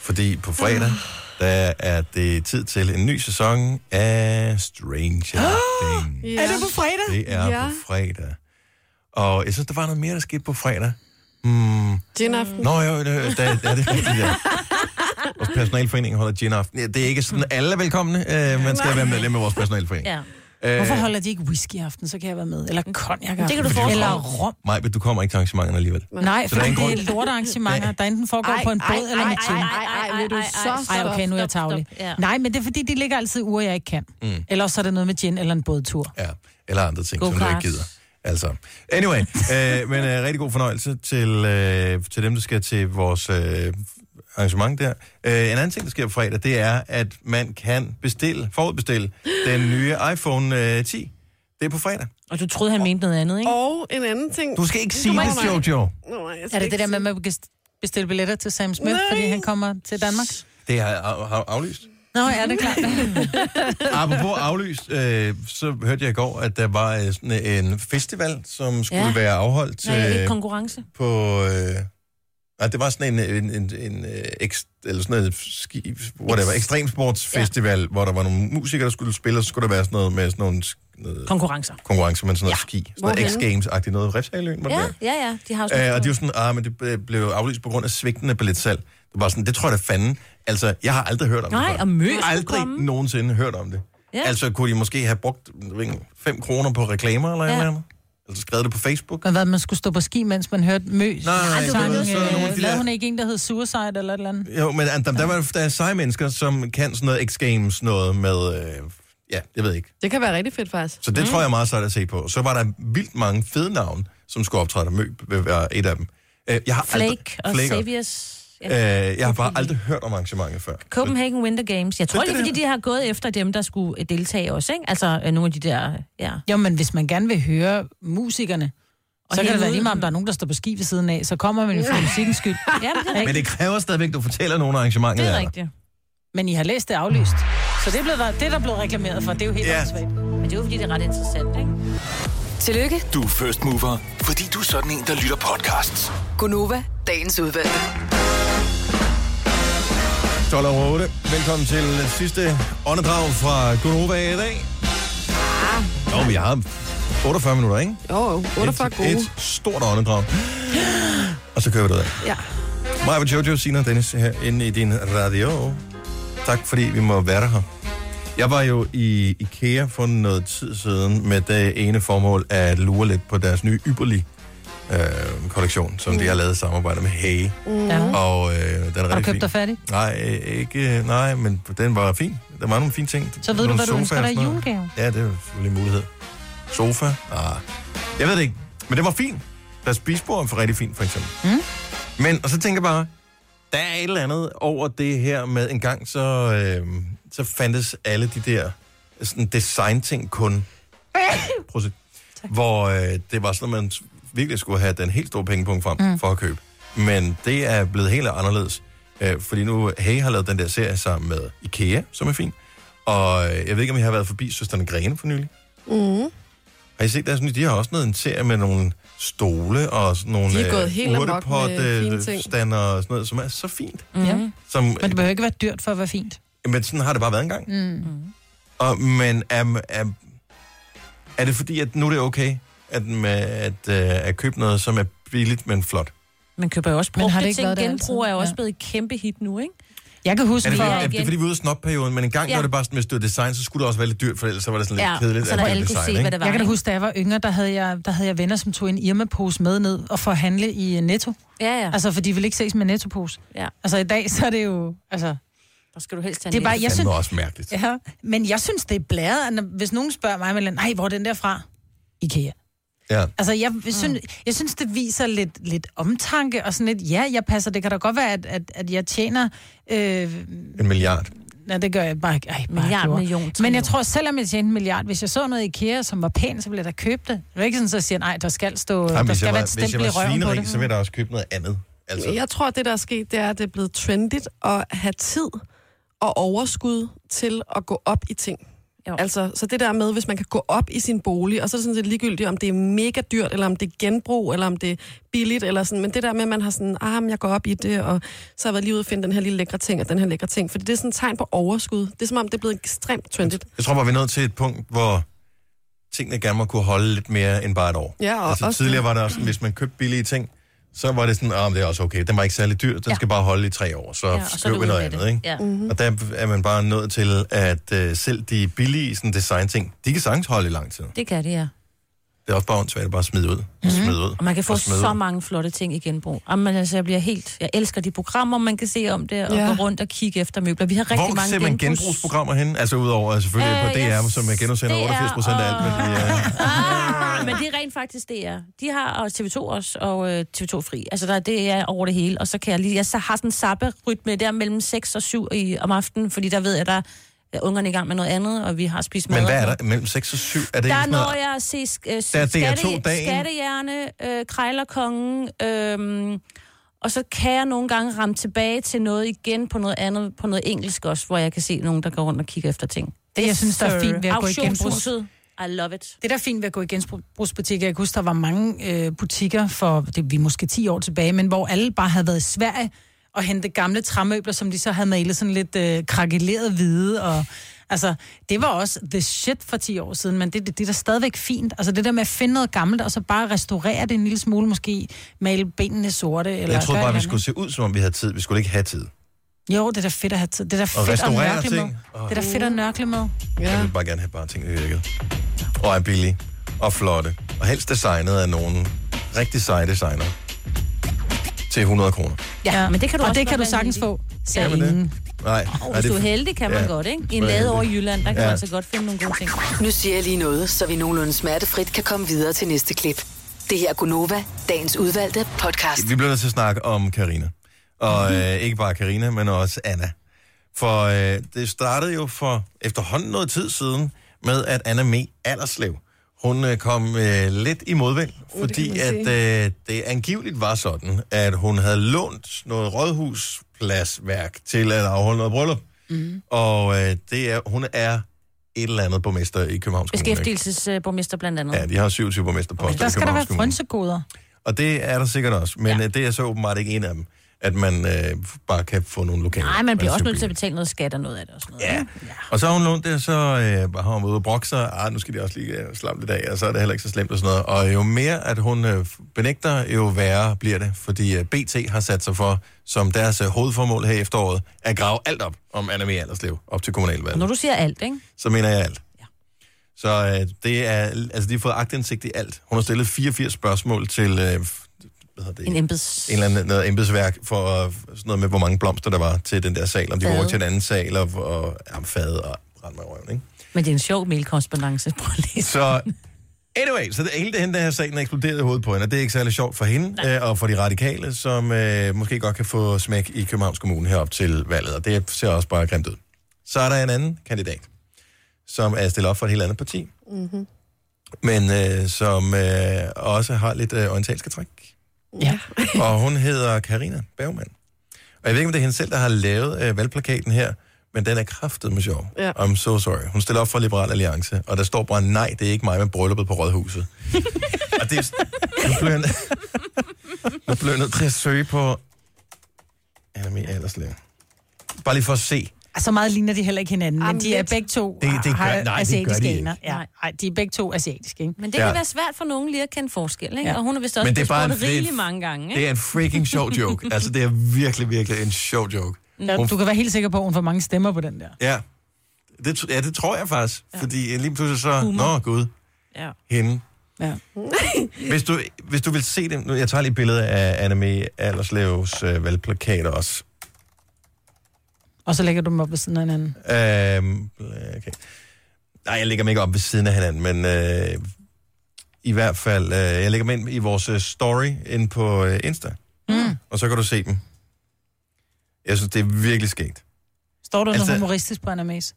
Speaker 1: Fordi på fredag, der er det tid til en ny sæson af Stranger Things.
Speaker 3: Ja.
Speaker 2: Er det på fredag?
Speaker 1: Det er
Speaker 3: Ja.
Speaker 1: på fredag. Og jeg synes, der var noget mere, der skete på fredag.
Speaker 3: Gin aften.
Speaker 1: Nå, jo, det, det, det er det rigtigt, ja. Vores personalforening holder gin aften. Ja, det er ikke sådan, alle er velkomne. Øh, man skal være medlem af vores personalforening.
Speaker 4: Ja.
Speaker 1: Øh.
Speaker 2: Hvorfor holder de ikke whisky i aften, så kan jeg være med. Eller konjak
Speaker 4: Det kan du forestille
Speaker 2: Eller
Speaker 4: dig.
Speaker 2: rom.
Speaker 1: Maj, men du kommer ikke til arrangementerne alligevel.
Speaker 2: Nej,
Speaker 1: Så der er
Speaker 2: fordi
Speaker 1: ingen
Speaker 2: det er
Speaker 1: grund-
Speaker 2: lortearrangementer, der enten foregår på en båd eller en gym.
Speaker 3: ej, vil du så
Speaker 2: Ej, okay, nu er jeg tavlig.
Speaker 4: Ja.
Speaker 2: Nej, men det er fordi, de ligger altid uger, jeg ikke kan. Mm. Ellers så er det noget med gin eller en bådtur.
Speaker 1: Ja, eller andre ting, som du
Speaker 4: Go-karts.
Speaker 1: ikke gider. Altså. Anyway, øh, men øh, rigtig god fornøjelse til, øh, til dem, der skal til vores øh, arrangement der. Øh, en anden ting, der sker på fredag, det er, at man kan bestille, forudbestille den nye iPhone øh, 10. Det er på fredag.
Speaker 4: Og du troede, han mente noget andet, ikke?
Speaker 3: Og en anden ting.
Speaker 1: Du skal ikke sige det, Jojo.
Speaker 3: Nå, jeg skal
Speaker 2: Er det
Speaker 3: ikke
Speaker 2: det der med,
Speaker 3: sige-
Speaker 2: at man kan bestille billetter til Sam Smith,
Speaker 3: Nej.
Speaker 2: fordi han kommer til Danmark?
Speaker 1: Det har jeg af- øh, aflyst.
Speaker 2: Nå, er det klart.
Speaker 1: Apropos aflyst, øh, så hørte jeg i går, at der var øh, sådan en festival, som skulle ja.
Speaker 4: Ja.
Speaker 1: være afholdt
Speaker 4: Nej, er det ikke
Speaker 1: øh,
Speaker 4: konkurrence?
Speaker 1: på... Øh, nej, det var sådan en, en, en, en øh, ekst, eller sådan noget ski, whatever, ekstremsportsfestival, ja. hvor der var nogle musikere, der skulle spille, og så skulle der være sådan noget med sådan nogle sk- noget
Speaker 4: Konkurrencer.
Speaker 1: konkurrence med sådan noget ja. ski. Sådan noget
Speaker 3: Hvorhenne?
Speaker 1: X-Games-agtigt noget. Refshaløen, var det
Speaker 4: Ja,
Speaker 1: der?
Speaker 4: ja, ja. De har også
Speaker 1: Øh, og det er jo sådan, ah, men det ble- blev aflyst på grund af svigtende billetsalg. Det var sådan, det tror jeg da fanden. Altså, jeg har aldrig hørt om det
Speaker 4: Nej,
Speaker 1: før.
Speaker 4: og Mø skulle
Speaker 1: Aldrig
Speaker 4: komme.
Speaker 1: nogensinde hørt om det. Ja.
Speaker 4: Ja.
Speaker 1: Altså, kunne de måske have brugt 5 kroner på reklamer eller ja.
Speaker 4: Ja.
Speaker 1: noget andet? Altså, skrevet det på Facebook?
Speaker 2: Men hvad, man skulle stå på ski, mens man hørte møs?
Speaker 1: Nej, nej,
Speaker 2: så,
Speaker 1: nej, det var- så er der nogle af de
Speaker 2: øh, lavede
Speaker 1: der-
Speaker 2: hun ikke en, der hed Suicide eller et eller andet?
Speaker 1: Jo, men der, der, var, der er seje mennesker, som kan sådan noget X-Games noget med... Øh, ja, jeg ved ikke.
Speaker 3: Det kan være rigtig fedt, faktisk.
Speaker 1: Så det mm. tror jeg er meget sejt at se på. Så var der vildt mange fede navne, som skulle optræde. Mø vil være et af dem. Øh, Jeg har
Speaker 4: Flake og
Speaker 1: Flake også.
Speaker 4: Saviors. Ja.
Speaker 1: Øh, jeg har bare aldrig hørt om arrangementet før.
Speaker 4: Copenhagen Winter Games. Jeg tror
Speaker 1: det
Speaker 4: lige,
Speaker 1: der-
Speaker 4: fordi de har gået efter dem, der skulle øh, deltage også, ikke? Altså øh, nogle af de der, ja.
Speaker 2: Jo, men hvis man gerne vil høre musikerne, og så kan det
Speaker 4: hele
Speaker 2: være lige meget, om
Speaker 4: lyden.
Speaker 2: der er nogen, der står på ski ved siden af, så kommer man jo for musikkens skyld. [laughs]
Speaker 4: Ja, men det er
Speaker 1: Men
Speaker 4: rigtigt.
Speaker 1: det kræver stadigvæk, at du fortæller nogen arrangementer.
Speaker 4: Det er rigtigt.
Speaker 2: Men I har læst det aflyst. Så det er, blevet, det er der blevet reklameret for. Det er jo helt
Speaker 1: Ja.
Speaker 2: åndssvagt.
Speaker 4: Men det er jo, fordi det er ret interessant, ikke?
Speaker 6: Tillykke,
Speaker 5: Du er first mover, fordi du er sådan en, der lytter podcasts.
Speaker 6: Gunova, dagens udvalgte.
Speaker 1: 12 over 8. Velkommen til sidste åndedrag fra Gunova i dag.
Speaker 4: Ah.
Speaker 1: Nå, vi har 48 minutter, ikke?
Speaker 3: Jo, jo. What the fuck,
Speaker 1: et,
Speaker 3: gode.
Speaker 1: et stort åndedrag. Og så kører vi det
Speaker 3: Ja.
Speaker 1: Maja, Jojo, Sina og Dennis herinde i din radio. Tak, fordi vi må være her. Jeg var jo i IKEA for noget tid siden med det ene formål at lure lidt på deres nye ypperlige øh, kollektion, som mm. de har lavet i samarbejde med Hey.
Speaker 2: Mm. Ja.
Speaker 1: Og øh, den er rigtig
Speaker 2: Har du
Speaker 1: fin.
Speaker 2: købt dig færdig?
Speaker 1: Nej, øh, ikke, øh, nej, men den var fin. Der var nogle fine ting.
Speaker 2: Så ved du,
Speaker 1: Nogle
Speaker 2: hvad du
Speaker 1: sofaer
Speaker 2: ønsker
Speaker 1: og
Speaker 2: dig i
Speaker 1: sådan noget.
Speaker 2: julegave.
Speaker 1: Ja, det er jo selvfølgelig en mulighed. Sofa? Ah, jeg ved det ikke. Men det var fint. Deres spisbord var rigtig fint, for eksempel.
Speaker 2: Mm.
Speaker 1: Men, og så tænker jeg bare, der er et eller andet over det her med, en gang så, øh, så fandtes alle de der sådan design-ting kun. Prøv at se. Hvor øh, det var sådan, at man virkelig skulle have den helt store pengepunkt frem mm.
Speaker 11: Mm.
Speaker 1: for at købe. Men det er blevet helt anderledes. Øh, fordi nu, Hey har lavet den der serie sammen med Ikea, som er fin. Og øh, jeg ved ikke, om I har været forbi Søsterne Grene for nylig.
Speaker 3: Mm.
Speaker 1: Har I set deres nye? De har også noget en serie med nogle stole og sådan nogle
Speaker 2: De er gået helt amok med fine ting.
Speaker 1: stander og sådan noget, som er så fint.
Speaker 2: Mm. Ja.
Speaker 1: Som,
Speaker 2: Men det behøver ikke være dyrt for at være fint.
Speaker 1: men sådan har det bare været engang.
Speaker 2: Mm.
Speaker 1: Og, men er, er, er det fordi, at nu er det okay at, med, at, øh, at købe noget, som er billigt, men flot?
Speaker 4: Man køber jo også
Speaker 2: Men
Speaker 4: brugte
Speaker 2: har det ikke
Speaker 4: ting.
Speaker 2: været det
Speaker 4: Genbrug
Speaker 2: altid?
Speaker 4: er jo også
Speaker 2: Ja.
Speaker 4: blevet et kæmpe hit nu, ikke?
Speaker 2: Jeg kan
Speaker 1: er det,
Speaker 4: for...
Speaker 1: fordi, er det fordi, vi er ude af snopperioden, men en gang
Speaker 4: Ja.
Speaker 1: ja. var det bare sådan, hvis det var design, så skulle det også være lidt dyrt, for ellers så var det sådan lidt
Speaker 2: Ja,
Speaker 1: kedeligt.
Speaker 4: så
Speaker 1: at
Speaker 4: der
Speaker 1: det var
Speaker 4: alle kunne
Speaker 1: design,
Speaker 4: se,
Speaker 1: ikke?
Speaker 4: hvad det var.
Speaker 2: Jeg kan da
Speaker 4: ikke?
Speaker 2: huske, da jeg var yngre, der havde jeg, der havde jeg venner, som tog en Irma-pose med ned og for at handle i en netto.
Speaker 4: Ja, ja.
Speaker 2: Altså, for de ville ikke ses med en netto-pose.
Speaker 4: Ja.
Speaker 2: Altså, i dag, så er det jo... Altså,
Speaker 4: Der skal du helst tage
Speaker 2: det er bare, jeg
Speaker 1: Fandme
Speaker 2: synes,
Speaker 1: også mærkeligt.
Speaker 2: Ja, men jeg synes, det er blæret, at når, hvis nogen spørger mig, men, nej, hvor er den der fra? IKEA.
Speaker 1: Ja.
Speaker 2: Altså, jeg synes, mm. jeg synes, det viser lidt, lidt omtanke og sådan lidt, ja, jeg passer, det kan da godt være, at, at, at jeg tjener... Øh,
Speaker 1: En milliard.
Speaker 2: nej, det gør jeg bare ikke. Ej, bare
Speaker 4: Milliard,
Speaker 2: gjorde.
Speaker 4: million,
Speaker 2: Men
Speaker 4: trillion.
Speaker 2: jeg tror, selvom jeg tjente en milliard, hvis jeg så noget i IKEA, som var pænt, så ville jeg da købe det. Det er ikke sådan, så jeg siger, nej, der skal stå...
Speaker 1: Ej,
Speaker 2: der
Speaker 1: hvis,
Speaker 2: skal
Speaker 1: jeg
Speaker 2: være
Speaker 1: var,
Speaker 2: et
Speaker 1: hvis jeg
Speaker 2: stempel i
Speaker 1: var
Speaker 2: røven på
Speaker 1: svinerig,
Speaker 2: det.
Speaker 1: så ville jeg da også købe noget andet. Altså,
Speaker 3: Jeg tror, det der er sket, det er, at det er blevet trendigt at have tid og overskud til at gå op i ting.
Speaker 4: Jo.
Speaker 3: Altså, så det der med, hvis man kan gå op i sin bolig, og så er det sådan set ligegyldigt, om det er mega dyrt, eller om det er genbrug, eller om det er billigt, eller sådan. Men det der med, at man har sådan, ah, men jeg går op i det, og så har jeg været lige ude og finde den her lille lækre ting, og den her lækre ting. Fordi det er sådan et tegn på overskud. Det er som om, det er blevet ekstremt trendigt.
Speaker 1: Jeg tror bare, vi er nået til et punkt, hvor tingene gerne må kunne holde lidt mere end bare et år.
Speaker 3: Ja, og
Speaker 1: altså,
Speaker 3: også-
Speaker 1: tidligere var det også sådan, hvis man købte billige ting, så var det sådan, at det er også okay, den var ikke særlig dyr, den
Speaker 4: Ja.
Speaker 1: ja. skal bare holde i tre år, så
Speaker 4: Ja,
Speaker 1: ja,
Speaker 4: og så er du
Speaker 1: køber vi
Speaker 4: ude
Speaker 1: noget
Speaker 4: med det.
Speaker 1: andet. Ikke?
Speaker 4: Ja.
Speaker 3: Mhm.
Speaker 1: Og der er man bare nået til, at øh, selv de billige sådan, design-ting, de kan sagtens holde i lang tid.
Speaker 4: Det kan det, ja.
Speaker 1: Det er også bare åndssvagt at bare smide ud. Mm-hmm. Smide ud.
Speaker 4: Mhm. Og man kan få
Speaker 1: og smide
Speaker 4: så
Speaker 1: ud.
Speaker 4: mange flotte ting i genbrug. Jamen, altså, jeg bliver helt... Jeg elsker de programmer, man kan se om det, og
Speaker 3: Ja.
Speaker 4: ja. gå rundt og kigge efter møbler. Vi har rigtig
Speaker 1: Hvor
Speaker 4: mange
Speaker 1: ser man
Speaker 4: genbrugs-
Speaker 1: genbrugsprogrammer hen? Altså udover øh, selvfølgelig
Speaker 4: Øh,
Speaker 1: på DR,
Speaker 4: yes,
Speaker 1: som jeg genudsender
Speaker 4: DR
Speaker 1: 88 procent af alt, men de, øh,
Speaker 4: Ah, men det er rent faktisk det er. De har og TV2 også, og øh, TV2 Fri. Altså, der, det er over det hele. Og så kan jeg lige... Jeg så har sådan en sappe-rytme der mellem 6 og 7 i, om aftenen, fordi der ved jeg, der er ungerne i gang med noget andet, og vi har spist mad.
Speaker 1: men
Speaker 4: og
Speaker 1: hvad
Speaker 4: sådan
Speaker 1: er
Speaker 4: noget.
Speaker 1: der mellem 6 og 7? Er det
Speaker 4: Der
Speaker 1: ikke sådan
Speaker 4: når
Speaker 1: noget?
Speaker 4: jeg at se sk- øh,
Speaker 1: Der er
Speaker 4: skatte,
Speaker 1: DR2-dagen.
Speaker 4: skattejerne, øh, krejlerkongen, øh, og så kan jeg nogle gange ramme tilbage til noget igen på noget andet, på noget engelsk også, hvor jeg kan se nogen, der går rundt og kigger efter ting.
Speaker 2: Det, jeg synes, der er
Speaker 4: Sir.
Speaker 2: fint ved at gå i genbrug.
Speaker 4: Auktionshuset. I love it.
Speaker 2: Det, der er fint ved at gå i genbrugsbutikker, jeg kan huske, der var mange øh, butikker for, det, vi er måske 10 år tilbage, men hvor alle bare havde været i Sverige og hente gamle træmøbler, som de så havde malet sådan lidt øh, krakeleret hvide. Og, altså, det var også the shit for 10 år siden, men det, det, det er da stadigvæk fint. Altså, det der med at finde noget gammelt, og så bare restaurere det en lille smule, måske male benene sorte. Eller
Speaker 1: Jeg troede
Speaker 2: gøre
Speaker 1: bare,
Speaker 2: et
Speaker 1: vi
Speaker 2: eller
Speaker 1: skulle se ud, som om vi havde tid. Vi skulle ikke have tid.
Speaker 2: andet. Jo, det er da fedt at have tid. Det er da
Speaker 1: Og
Speaker 2: fedt at
Speaker 1: restaurere
Speaker 2: nørkle med.
Speaker 1: ting.
Speaker 2: Det
Speaker 1: Og
Speaker 2: er da fedt at nørkle med.
Speaker 1: Jeg
Speaker 3: Ja.
Speaker 1: vil bare gerne have bare ting, der virkede. Og er billige. Og flotte. Og helst designet af nogen rigtig seje designer. Til 100 kroner.
Speaker 4: Ja, ja, men det kan du
Speaker 2: og
Speaker 4: også
Speaker 2: det
Speaker 4: godt
Speaker 2: kan du
Speaker 4: være
Speaker 2: sagtens
Speaker 4: heldig.
Speaker 2: få, sagde
Speaker 1: Kan man det?
Speaker 2: ingen.
Speaker 1: Nej.
Speaker 4: Og
Speaker 1: er
Speaker 4: hvis
Speaker 1: det
Speaker 4: du er heldig, kan man
Speaker 1: Ja,
Speaker 4: godt, ikke? I en
Speaker 1: hvor er
Speaker 4: lade
Speaker 1: det-
Speaker 4: over i Jylland, der kan man
Speaker 1: Ja.
Speaker 4: altså godt finde nogle gode ting.
Speaker 6: Nu siger jeg lige noget, så vi nogenlunde smertefrit kan komme videre til næste klip. Det her er Gunova, dagens udvalgte podcast.
Speaker 1: Vi bliver nødt til at snakke om Karina.
Speaker 2: Mhm.
Speaker 1: Og øh, ikke bare Karina, men også Anna. For øh, det startede jo for efterhånden noget tid siden med, at Anna Me Alderslev, hun øh, kom øh, lidt i modvind,
Speaker 2: Oh,
Speaker 1: uh, fordi
Speaker 11: man
Speaker 1: det at øh, det angiveligt var sådan, at hun havde lånt noget rådhuspladsværk til at afholde noget bryllup.
Speaker 2: Mhm.
Speaker 1: Mm. Og øh, det er, hun er et eller andet borgmester i Københavns Kommune. ikke?
Speaker 4: Beskæftigelsesborgmester blandt andet.
Speaker 1: Ja, de har 27 borgmesterposter
Speaker 2: Der
Speaker 1: i
Speaker 2: skal der
Speaker 1: Københavns
Speaker 2: være
Speaker 1: Kommune.
Speaker 2: frynsegoder.
Speaker 1: øh, Og det er der sikkert også, men ja. det er så åbenbart ikke en af dem. at man øh, bare kan få nogle lokale.
Speaker 4: Nej, man bliver også nødt til at betale noget skat og noget af det. Og sådan noget.
Speaker 1: Ja. Og så har hun lånt det, og så øh, har hun været ude og brokke sig. Ah, nu skal de også lige øh, slappe lidt af, og så er det heller ikke så slemt og sådan noget. Og jo mere, at hun øh, benægter, jo værre bliver det. Fordi øh, BT har sat sig for, som deres øh, hovedformål her i efteråret, at grave alt op om Anna Mia Alderslev op til kommunalvalget.
Speaker 4: Når du siger alt, ikke?
Speaker 1: Så mener jeg alt. Så øh, det er, altså, de har fået agtindsigt i alt. Hun har stillet 84 spørgsmål til... Øh, hvad hedder det?
Speaker 4: En embeds...
Speaker 1: en eller anden noget embedsværk for øh, sådan noget med, hvor mange blomster der var til den der sal, om de
Speaker 4: Fade.
Speaker 1: var til en anden sal, og, og jamen, fad og rend mig i røven, ikke?
Speaker 4: Men det er en sjov mailkorrespondence. Prøv at læse.
Speaker 1: Så anyway, så det, hele det, den her sag, den er eksploderet i hovedet på hende, og det er ikke særlig sjovt for hende, øh, og for de radikale, som øh, måske godt kan få smæk i Københavns Kommune herop til valget, og det ser også bare grimt ud. Så er der en anden kandidat, som er stillet op for et helt andet parti,
Speaker 3: Mm-hmm.
Speaker 1: men øh, som øh, også har lidt øh, orientalske træk.
Speaker 4: Ja.
Speaker 1: [laughs] Og hun hedder Karina Bergmann. Og jeg ved ikke, om det er hende selv, der har lavet øh, valgplakaten her, men den er kraftet med sjov.
Speaker 3: Ja.
Speaker 1: I'm so sorry. Hun stiller op for Liberal Alliance, og der står bare, nej, det er ikke mig med brylluppet på
Speaker 3: [laughs]
Speaker 1: Rådhuset. og det er... Nu blev jeg, [laughs] nu blev jeg nødt til at søge på... Anna Mia Alderslev. Bare lige for at se.
Speaker 2: Og Så meget ligner de heller ikke hinanden, men
Speaker 4: Jamen,
Speaker 2: de er
Speaker 4: lidt.
Speaker 2: begge to
Speaker 1: Det- det gør-
Speaker 2: har
Speaker 1: nej, det gør de
Speaker 2: asiatiske
Speaker 1: ikke.
Speaker 2: aner. Ja, nej, de er begge to asiatiske, ikke?
Speaker 4: Men det kan
Speaker 1: Ja.
Speaker 4: være svært for nogen lige at kende forskel, ikke?
Speaker 2: Ja.
Speaker 4: Ja. Og hun har vist også
Speaker 1: Men det er
Speaker 4: blevet
Speaker 1: bare en
Speaker 4: spurgt rigeligt
Speaker 1: fed-
Speaker 4: mange gange, ikke?
Speaker 1: Det er en freaking sjov joke. Altså, det er virkelig, virkelig en sjov joke.
Speaker 2: Ja, du kan være helt sikker på, at hun får mange stemmer på den der.
Speaker 1: Ja. Det, ja, det tror jeg faktisk. Ja. Fordi lige pludselig så...
Speaker 2: Humor.
Speaker 1: Nå, gud.
Speaker 4: Ja.
Speaker 1: Hende.
Speaker 2: Ja.
Speaker 1: Hvis du, hvis du vil se det, nu, jeg tager lige et billede af Anime Alderslevs øh, valgplakater også.
Speaker 2: Og så lægger du dem op ved siden af hinanden.
Speaker 1: Øhm, okay. Nej, jeg lægger mig ikke op ved siden af hinanden, men øh, i hvert fald, øh, jeg lægger dem ind i vores øh, story ind på øh, Insta,
Speaker 2: Mm.
Speaker 1: og så kan du se dem. Jeg synes, det er virkelig skægt.
Speaker 2: Står du altså...
Speaker 1: Altså-
Speaker 2: noget humoristisk på Anamis?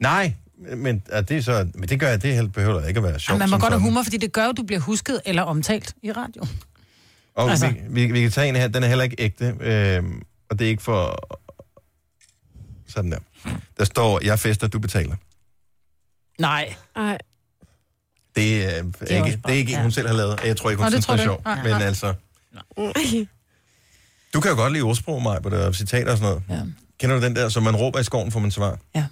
Speaker 1: Nej, men, er det, er så, men det gør jeg, det helt behøver da ikke at være sjovt.
Speaker 2: Ej, man må
Speaker 1: som
Speaker 2: godt have
Speaker 1: sådan.
Speaker 2: humor, fordi det gør, at du bliver husket eller omtalt i radio.
Speaker 1: Og altså.
Speaker 2: Altså.
Speaker 1: vi, vi, vi kan tage en her, den er heller ikke ægte, øh, og det er ikke for... Sådan der. Der står, jeg fester, du betaler.
Speaker 2: Nej.
Speaker 3: Ej,
Speaker 1: Det er, øh,
Speaker 2: er
Speaker 1: ikke,
Speaker 2: også
Speaker 1: det
Speaker 2: bare-
Speaker 1: er ikke en,
Speaker 2: ja.
Speaker 1: hun selv har lavet, og jeg tror ikke, hun
Speaker 2: Nå, det
Speaker 1: synes, det
Speaker 2: tror
Speaker 1: er
Speaker 2: du
Speaker 1: sjovt.
Speaker 2: ikke. Nej,
Speaker 1: Men
Speaker 2: nej.
Speaker 1: altså,
Speaker 3: Ej.
Speaker 1: du kan jo godt lide ordsprog, mig, på det, og citater og sådan noget.
Speaker 2: Ja.
Speaker 1: Kender du den der, som man råber i skoven, får man svar?
Speaker 2: Ja.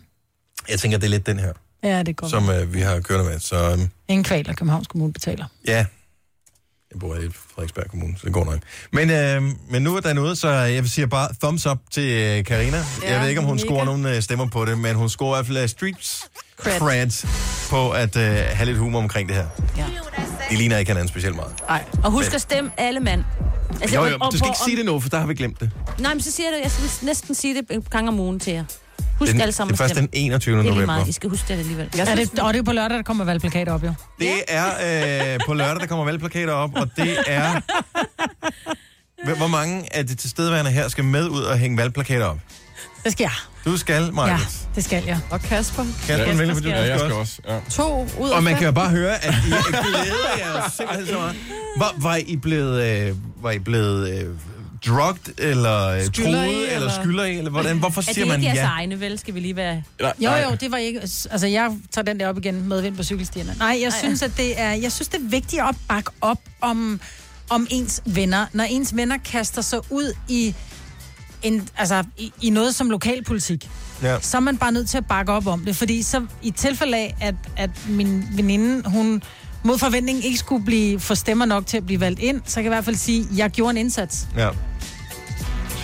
Speaker 1: Jeg tænker, det er lidt den her,
Speaker 2: Ja, det går. Som...
Speaker 1: som øh, vi har kørt med. Så øh,
Speaker 2: Ingen kvaler, Københavns Kommune betaler.
Speaker 1: ja, jeg bor i Frederiksberg Kommune, så det går nok. Men, øh, men nu er der noget, så jeg vil sige bare thumbs up til øh, Karina. Ja, jeg ved ikke, om hun
Speaker 3: mega.
Speaker 1: scorer nogen øh, stemmer på det, men hun scorer i hvert fald øh, streets cred.
Speaker 3: Cred.
Speaker 1: cred på at øh, have lidt humor omkring det her.
Speaker 4: Ja.
Speaker 1: De ligner ikke hinanden specielt meget.
Speaker 4: Og husk at stemme alle mand. Altså,
Speaker 1: Jo,
Speaker 4: og-
Speaker 1: jo,
Speaker 4: og
Speaker 1: du skal
Speaker 4: på-
Speaker 1: ikke sige det nu, for der har vi glemt det.
Speaker 4: Nej, men så siger jeg det. Jeg skal næsten sige det en gang om ugen til jer. Husk
Speaker 1: Den,
Speaker 4: alle sammen
Speaker 1: det er først
Speaker 4: at stemme.
Speaker 1: den 21.
Speaker 4: Det er lige
Speaker 1: november.
Speaker 4: meget. I skal huske det alligevel.
Speaker 2: Er det, og det er på lørdag, der kommer valgplakater op, jo.
Speaker 1: Det er øh, på lørdag, der kommer valgplakater op, og det er... [laughs] Hvor mange af de tilstedeværende her skal med ud og hænge valgplakater op?
Speaker 2: Det skal jeg.
Speaker 1: Du skal,
Speaker 2: Ja,
Speaker 1: Markus.
Speaker 2: det skal jeg.
Speaker 3: Og Kasper.
Speaker 1: Ja. Kasper, vælge, for du
Speaker 7: Ja, jeg
Speaker 1: skal
Speaker 7: skal
Speaker 1: også.
Speaker 7: også. Ja.
Speaker 3: To ud af
Speaker 1: Og man kan
Speaker 3: fem.
Speaker 1: jo bare høre, at I glæder jer jo simpelthen så meget. Var, var I blevet, øh, var I blevet øh, drugged, eller øh,
Speaker 3: Skylder I,
Speaker 1: troet, eller
Speaker 3: eller?
Speaker 1: skylder I, eller hvordan? Hvorfor
Speaker 4: Er det
Speaker 1: siger
Speaker 4: ikke
Speaker 1: man
Speaker 4: jeres
Speaker 1: ja?
Speaker 4: egne, vel? Skal vi lige være...
Speaker 7: Nej,
Speaker 2: Jo,
Speaker 7: nej.
Speaker 2: jo, det var ikke... Altså, jeg tager den der op igen med vind på cykelstierne. Nej, jeg synes, at det er... Jeg synes, det er vigtigt at bakke op om, om ens venner. Når ens venner kaster sig ud i, en, altså, i, i noget som lokalpolitik,
Speaker 1: Ja.
Speaker 2: så er man bare nødt til at bakke op om det. Fordi så i tilfælde af, at, at min veninde, hun mod forventning ikke skulle blive for stemmer nok til at blive valgt ind, så kan jeg i hvert fald sige, at jeg gjorde en indsats.
Speaker 1: Ja.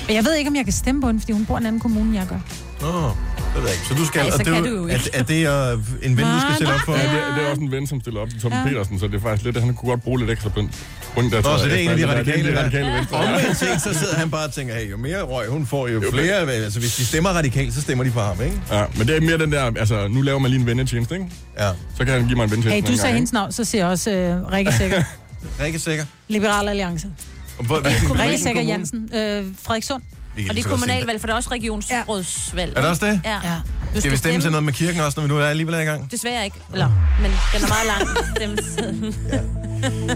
Speaker 2: Men jeg ved ikke, om jeg kan stemme på hende, fordi hun bor i en anden kommunne, end jeg gør.
Speaker 1: Nå, det ved jeg ikke. Så du skal...
Speaker 4: Nej, så
Speaker 1: og det, er
Speaker 4: kan du jo ikke.
Speaker 1: Er, er det øh, en ven, du skal
Speaker 2: Ah, Nej,
Speaker 1: stille op for?
Speaker 7: Ja, det, er- det er også en ven, som stiller op til Tom ja. Petersen, så det er faktisk lidt, han kunne godt bruge lidt ekstra på den. Hun der,
Speaker 1: Nå, så det er en af de
Speaker 7: Det er en
Speaker 1: radikale,
Speaker 7: af de radikale venstre. Ja.
Speaker 1: Omvendt set, så sidder han bare og tænker, hey, jo mere røg hun får, jo flere... Altså, hvis de stemmer radikalt, så stemmer de på ham, ikke?
Speaker 7: ja, men det er mere den der, altså, nu laver man lige en vennetjeneste, ikke?
Speaker 1: Ja.
Speaker 7: Så kan han give mig en vennetjeneste.
Speaker 2: Hey,
Speaker 7: en
Speaker 2: du sagde
Speaker 7: gang,
Speaker 2: hendes navn, så siger jeg også øh, Rikke
Speaker 1: [laughs]
Speaker 2: Sækker.
Speaker 1: Rikke Sikker.
Speaker 2: Liberal Alliance.
Speaker 1: Og hvor- hvilken-
Speaker 2: Rikke
Speaker 1: hvilken
Speaker 2: Sækker
Speaker 1: kommune?
Speaker 2: Jensen. Øh, Frederikssund.
Speaker 1: Vi kan
Speaker 4: Og
Speaker 1: lige så
Speaker 4: det er
Speaker 1: godt sige
Speaker 4: kommunalvalg, for det er også regionsrådsvalg.
Speaker 1: Er det også det?
Speaker 4: Ja.
Speaker 2: Ja.
Speaker 4: Du
Speaker 1: Skal vi stemme til noget med kirken også, når vi nu er alligevel er i gang?
Speaker 4: Desværre ikke. Eller, men den er
Speaker 2: [laughs]
Speaker 4: meget lang. stemmeseddel.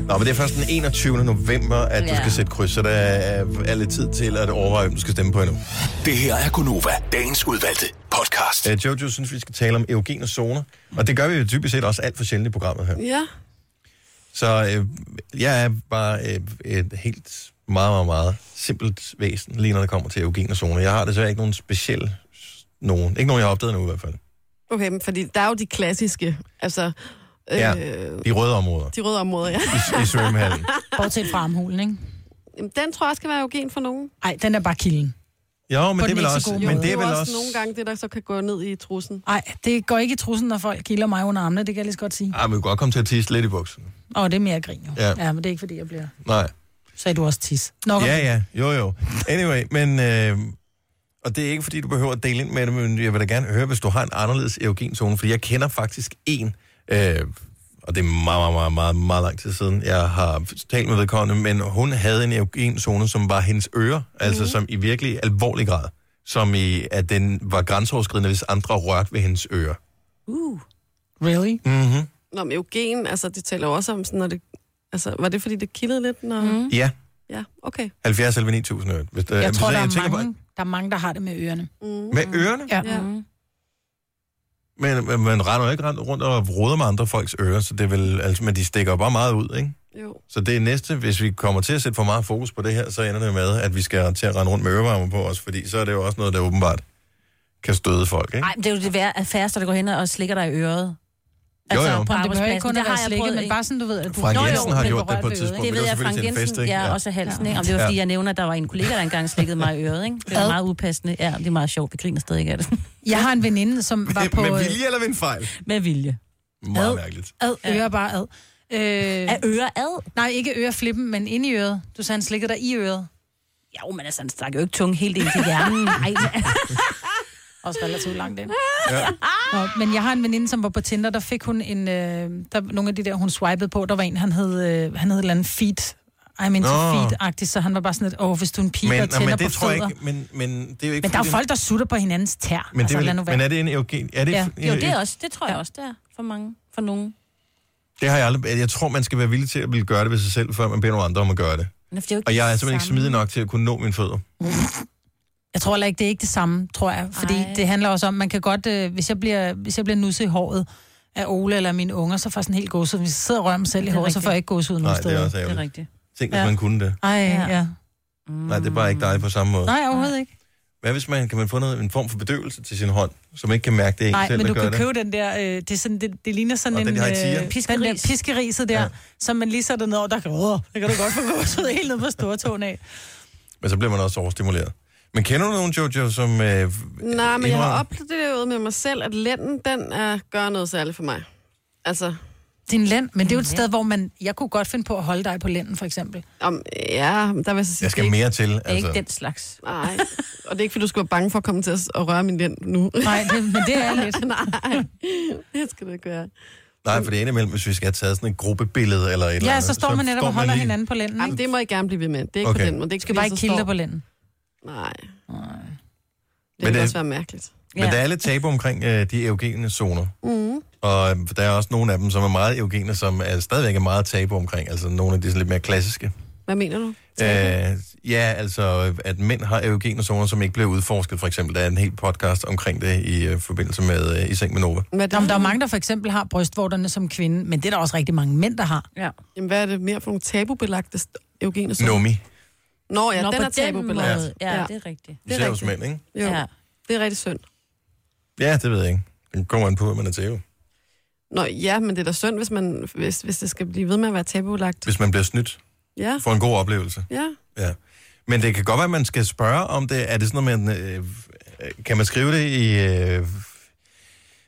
Speaker 1: Nå, men det er først den 21. november, at du
Speaker 4: Ja.
Speaker 1: skal sætte kryds, så der er, er lidt tid til at overveje, om du skal stemme på endnu.
Speaker 5: Det her er Gonova, dagens udvalgte podcast.
Speaker 1: Øh, Jojo synes, vi skal tale om erogene zoner, og det gør vi jo typisk set også alt for sjældent i programmet her.
Speaker 3: Ja.
Speaker 1: Så øh, jeg er bare øh, et helt meget, meget, meget simpelt væsen, lige når det kommer til eugen og zone. Jeg har desværre ikke nogen speciel nogen. Ikke nogen, jeg har opdaget nu i hvert fald.
Speaker 3: Okay, men fordi der er jo de klassiske, altså... Øh,
Speaker 1: Ja, de røde områder
Speaker 3: De røde områder, ja.
Speaker 1: i, i svømmehallen.
Speaker 2: Bortset fra armhulen, ikke?
Speaker 3: Jamen, den tror jeg også kan være eugen for nogen.
Speaker 2: Nej, den er bare kilden.
Speaker 1: Jo, men
Speaker 2: På
Speaker 1: det, er
Speaker 2: den
Speaker 1: vel
Speaker 2: ikke så
Speaker 1: også,
Speaker 2: gode
Speaker 1: men
Speaker 2: måde.
Speaker 1: det
Speaker 3: Det
Speaker 1: er
Speaker 3: er
Speaker 1: vel
Speaker 3: også,
Speaker 1: også...
Speaker 3: nogle gange det, der så kan gå ned i trussen.
Speaker 2: Nej, det går ikke i trussen, når folk kilder mig under armene, det kan jeg lige så godt sige.
Speaker 1: Ej, men vi kan godt komme til at tisse lidt i bukserne.
Speaker 2: Åh, det er mere grin jo.
Speaker 1: Ja.
Speaker 2: ja. men det er ikke, fordi jeg bliver...
Speaker 1: Nej.
Speaker 2: Sagde du også tis? Nå,
Speaker 1: Ja, ja. Jo, jo. Anyway, men... Øh, og det er ikke, fordi du behøver at dele ind med det, men jeg vil da gerne høre, hvis du har en anderledes eugenzone, fordi jeg kender faktisk en, øh, og det er meget, meget, meget, meget, meget lang tid siden, jeg har talt med vedkommende, men hun havde en eugenzone, som var hendes ører, mm.
Speaker 2: Mhm.
Speaker 1: altså som i virkelig alvorlig grad, som i, at den var grænseoverskridende, hvis andre rørte ved hendes ører.
Speaker 3: Uh.
Speaker 2: Really?
Speaker 1: Mm-hmm.
Speaker 3: Nå, men eugen, altså, det taler jo også om sådan, når det... Altså, var det fordi, det kildede lidt, når... Mm.
Speaker 1: Ja,
Speaker 3: Ja, okay.
Speaker 1: 70 eller 9000 øre. Hvis,
Speaker 2: jeg tror,
Speaker 1: så
Speaker 2: der, er
Speaker 1: tænker
Speaker 2: mange, der er mange, der har det med ørerne.
Speaker 3: Mm.
Speaker 1: På, med ørerne?
Speaker 2: Ja.
Speaker 3: Ja.
Speaker 1: Men men man render jo ikke rundt og roder med andre folks ører, så det er vel, altså, men de stikker jo bare meget ud, ikke?
Speaker 3: Jo.
Speaker 1: Så det er næste, hvis vi kommer til at sætte for meget fokus på det her, så ender det med, at vi skal til at rende rundt med ørevarmer på os, fordi så er det jo også noget, der åbenbart kan støde folk, ikke?
Speaker 4: Nej, det er jo det værre, at færreste, der går hen og slikker dig i øret. Altså,
Speaker 1: Jo, jo.
Speaker 4: på
Speaker 2: Jamen, det behøver
Speaker 4: arbejdspladsen.
Speaker 2: ikke kun at
Speaker 4: har
Speaker 2: være
Speaker 4: jeg
Speaker 2: slikket,
Speaker 4: prøvet
Speaker 2: men
Speaker 4: en-
Speaker 2: bare sådan, du ved, at du...
Speaker 1: Frank
Speaker 2: Nå, jo,
Speaker 1: Jensen har
Speaker 2: men
Speaker 1: gjort det
Speaker 2: berørt
Speaker 1: på et
Speaker 2: ved øret,
Speaker 1: tidspunkt. Men det
Speaker 4: Det
Speaker 2: ikke?
Speaker 4: ved
Speaker 1: var
Speaker 4: jeg, Frank
Speaker 1: selvfølgelig til en
Speaker 4: Jensen,
Speaker 1: fest, ikke?
Speaker 4: ja,
Speaker 1: Ja.
Speaker 4: også er halsen, ikke? Om det var, fordi jeg nævner, at der var en kollega, der engang slikkede mig i øret, ikke? Det var
Speaker 2: Ad.
Speaker 4: meget upassende. Ja, det er meget sjovt. Vi griner stadig ikke af det. [laughs]
Speaker 2: Jeg har en veninde, som
Speaker 1: [laughs]
Speaker 2: var på... øh,
Speaker 1: Med vilje eller ved en fejl?
Speaker 4: Med vilje.
Speaker 1: Meget
Speaker 2: Ad.
Speaker 1: mærkeligt.
Speaker 2: Ad, øre bare ad. Øh,
Speaker 4: Af øre ad?
Speaker 2: nej, ikke øreflippen, men inde i øret. Du sagde, han slikkede dig i øret.
Speaker 4: Jo, men altså, han stak jo ikke tungen helt ind til hjernen. Nej, men-
Speaker 2: Også relativt langt ind.
Speaker 1: Ja.
Speaker 2: Nå, men jeg har en veninde, som var på Tinder, der fik hun en... Øh, der, nogle af de der, hun swipede på, der var en, han hed, øh, han hed et eller andet feed. I'm into
Speaker 1: Nå.
Speaker 2: feed-agtigt, så han var bare sådan lidt, åh, hvis du er en pige, der
Speaker 1: Men, nå,
Speaker 2: tænder
Speaker 1: men
Speaker 2: på
Speaker 1: det tror jeg
Speaker 2: fødder.
Speaker 1: ikke, men, men det er jo ikke...
Speaker 2: Men der er jo
Speaker 1: fordi-
Speaker 2: folk, der sutter på hinandens tær.
Speaker 1: Men, det er
Speaker 2: altså, lad nu
Speaker 1: vel,
Speaker 2: være.
Speaker 1: men er det en eugen... Er det,
Speaker 2: Ja.
Speaker 4: Jo, det er også. Det tror jeg også, det er for mange. For nogen.
Speaker 1: det har jeg aldrig... Jeg tror, man skal være villig til at ville gøre det ved sig selv, før man beder nogle andre om at gøre det.
Speaker 4: Men det er jo ikke
Speaker 1: Og jeg er
Speaker 4: det
Speaker 1: simpelthen ikke
Speaker 4: samme.
Speaker 1: smidig nok til at kunne nå mine fødder.
Speaker 2: Jeg tror heller ikke, det er ikke det samme, tror jeg. Fordi
Speaker 4: Ej.
Speaker 2: Ej. det handler også om, man kan godt, øh, hvis, jeg bliver, hvis jeg bliver nusset i håret af Ole eller mine unger, så får jeg sådan helt gås ud. Hvis jeg sidder og rører mig selv i
Speaker 4: Det er
Speaker 2: håret, så får jeg ikke gås ud nogen
Speaker 1: Nej, det er
Speaker 2: steder.
Speaker 1: også
Speaker 4: Det er
Speaker 1: ærgerligt.
Speaker 4: rigtigt.
Speaker 1: Tænk, hvis
Speaker 2: Ja.
Speaker 1: man kunne det.
Speaker 2: Ej, ja. ja.
Speaker 1: Nej, det er bare ikke dig på samme måde.
Speaker 2: Nej, overhovedet ikke.
Speaker 1: Hvad hvis man kan man få noget, en form for bedøvelse til sin hånd, som ikke kan mærke det er en
Speaker 2: Nej,
Speaker 1: selv,
Speaker 2: men
Speaker 1: der
Speaker 2: du
Speaker 1: gør
Speaker 2: kan
Speaker 1: det?
Speaker 2: købe den der, øh, det, er sådan, det, det ligner sådan
Speaker 1: Og den,
Speaker 2: en øh,
Speaker 1: de har i tiger.
Speaker 2: den der
Speaker 4: Piskeris.
Speaker 2: piskeriset der,
Speaker 1: Ja.
Speaker 2: ja. som man lige sætter ned over, der kan, øh, der kan du godt få gås ud helt ned på stortåen af.
Speaker 1: Men så bliver man også overstimuleret. Men kender du nogen, Jojo, som... Øh, Nej,
Speaker 3: Nej, men jeg har oplevet med mig selv, at lænden, den er, gør noget særligt for mig. Altså,
Speaker 2: Din lænd, men det er jo et sted, hvor man, jeg kunne godt finde på at holde dig på lænden, for eksempel.
Speaker 3: om, ja, der vil jeg så
Speaker 1: Jeg
Speaker 3: sige, det
Speaker 1: skal
Speaker 3: er ikke,
Speaker 1: mere til,
Speaker 4: Det er ikke
Speaker 1: altså.
Speaker 4: den slags.
Speaker 3: Nej, og det er ikke, fordi du skal være bange for at komme til at, s- at røre min lænd nu. [laughs]
Speaker 2: Nej, det, men det er lidt. [laughs]
Speaker 3: Nej, det skal du ikke gøre.
Speaker 2: Mm.
Speaker 1: Nej, for det er indimellem, hvis vi skal have taget sådan et gruppebillede eller et eller
Speaker 2: Ja,
Speaker 1: andet.
Speaker 2: så står man netop og holder
Speaker 1: lige-
Speaker 2: hinanden på lænden, ikke?
Speaker 3: Jamen, det må I gerne blive ved med. Det er ikke
Speaker 1: Okay.
Speaker 3: okay. på den måde. Det er ikke,
Speaker 2: Du skal
Speaker 3: fordi
Speaker 2: bare
Speaker 3: jeg
Speaker 2: ikke
Speaker 3: så
Speaker 2: kilde
Speaker 3: står-
Speaker 2: dig på lænden.
Speaker 3: Nej. Det
Speaker 1: Men
Speaker 3: kan
Speaker 1: det-
Speaker 3: også være mærkeligt.
Speaker 1: Men der er lidt tabu omkring øh, de eugene zoner. Mm. Og øh, der er også nogle af dem, som er meget eugene, som er stadigvæk er meget tabu omkring. Altså nogle af de sådan lidt mere klassiske.
Speaker 3: Hvad mener du?
Speaker 1: Øh, ja, altså, at mænd har eugene zoner, som ikke bliver udforsket, for eksempel. Der er en hel podcast omkring det i øh, forbindelse med øh, I Seng med Nova.
Speaker 3: Hvad er det,
Speaker 2: Nå, men der er jo mange, der for eksempel har brystvorterne som kvinde, men det er der også rigtig mange mænd, der har.
Speaker 4: Ja.
Speaker 3: Jamen, hvad er det mere for nogle tabubelagte st- eugene? zoner?
Speaker 1: Nomi,
Speaker 3: Nå ja,
Speaker 4: Nå,
Speaker 3: Nå, den
Speaker 4: på
Speaker 3: er tabubelagt.
Speaker 4: måde. Ja, det er rigtigt.
Speaker 3: er
Speaker 1: især hos
Speaker 3: rigtigt.
Speaker 1: mænd, ikke?
Speaker 3: Jo,
Speaker 4: Ja.
Speaker 3: det er rigtig synd.
Speaker 1: Ja, det ved jeg ikke. Det kommer an på, hvad man er tabu.
Speaker 3: Nå ja, men det er da synd, hvis, man, hvis, hvis det skal blive ved med at være tabubelagt.
Speaker 1: Hvis man bliver snydt
Speaker 3: Ja,
Speaker 1: for en god oplevelse.
Speaker 3: ja.
Speaker 1: Ja. Men det kan godt være, at man skal spørge om det. Er det sådan noget, man... Øh, kan man skrive det i... Øh,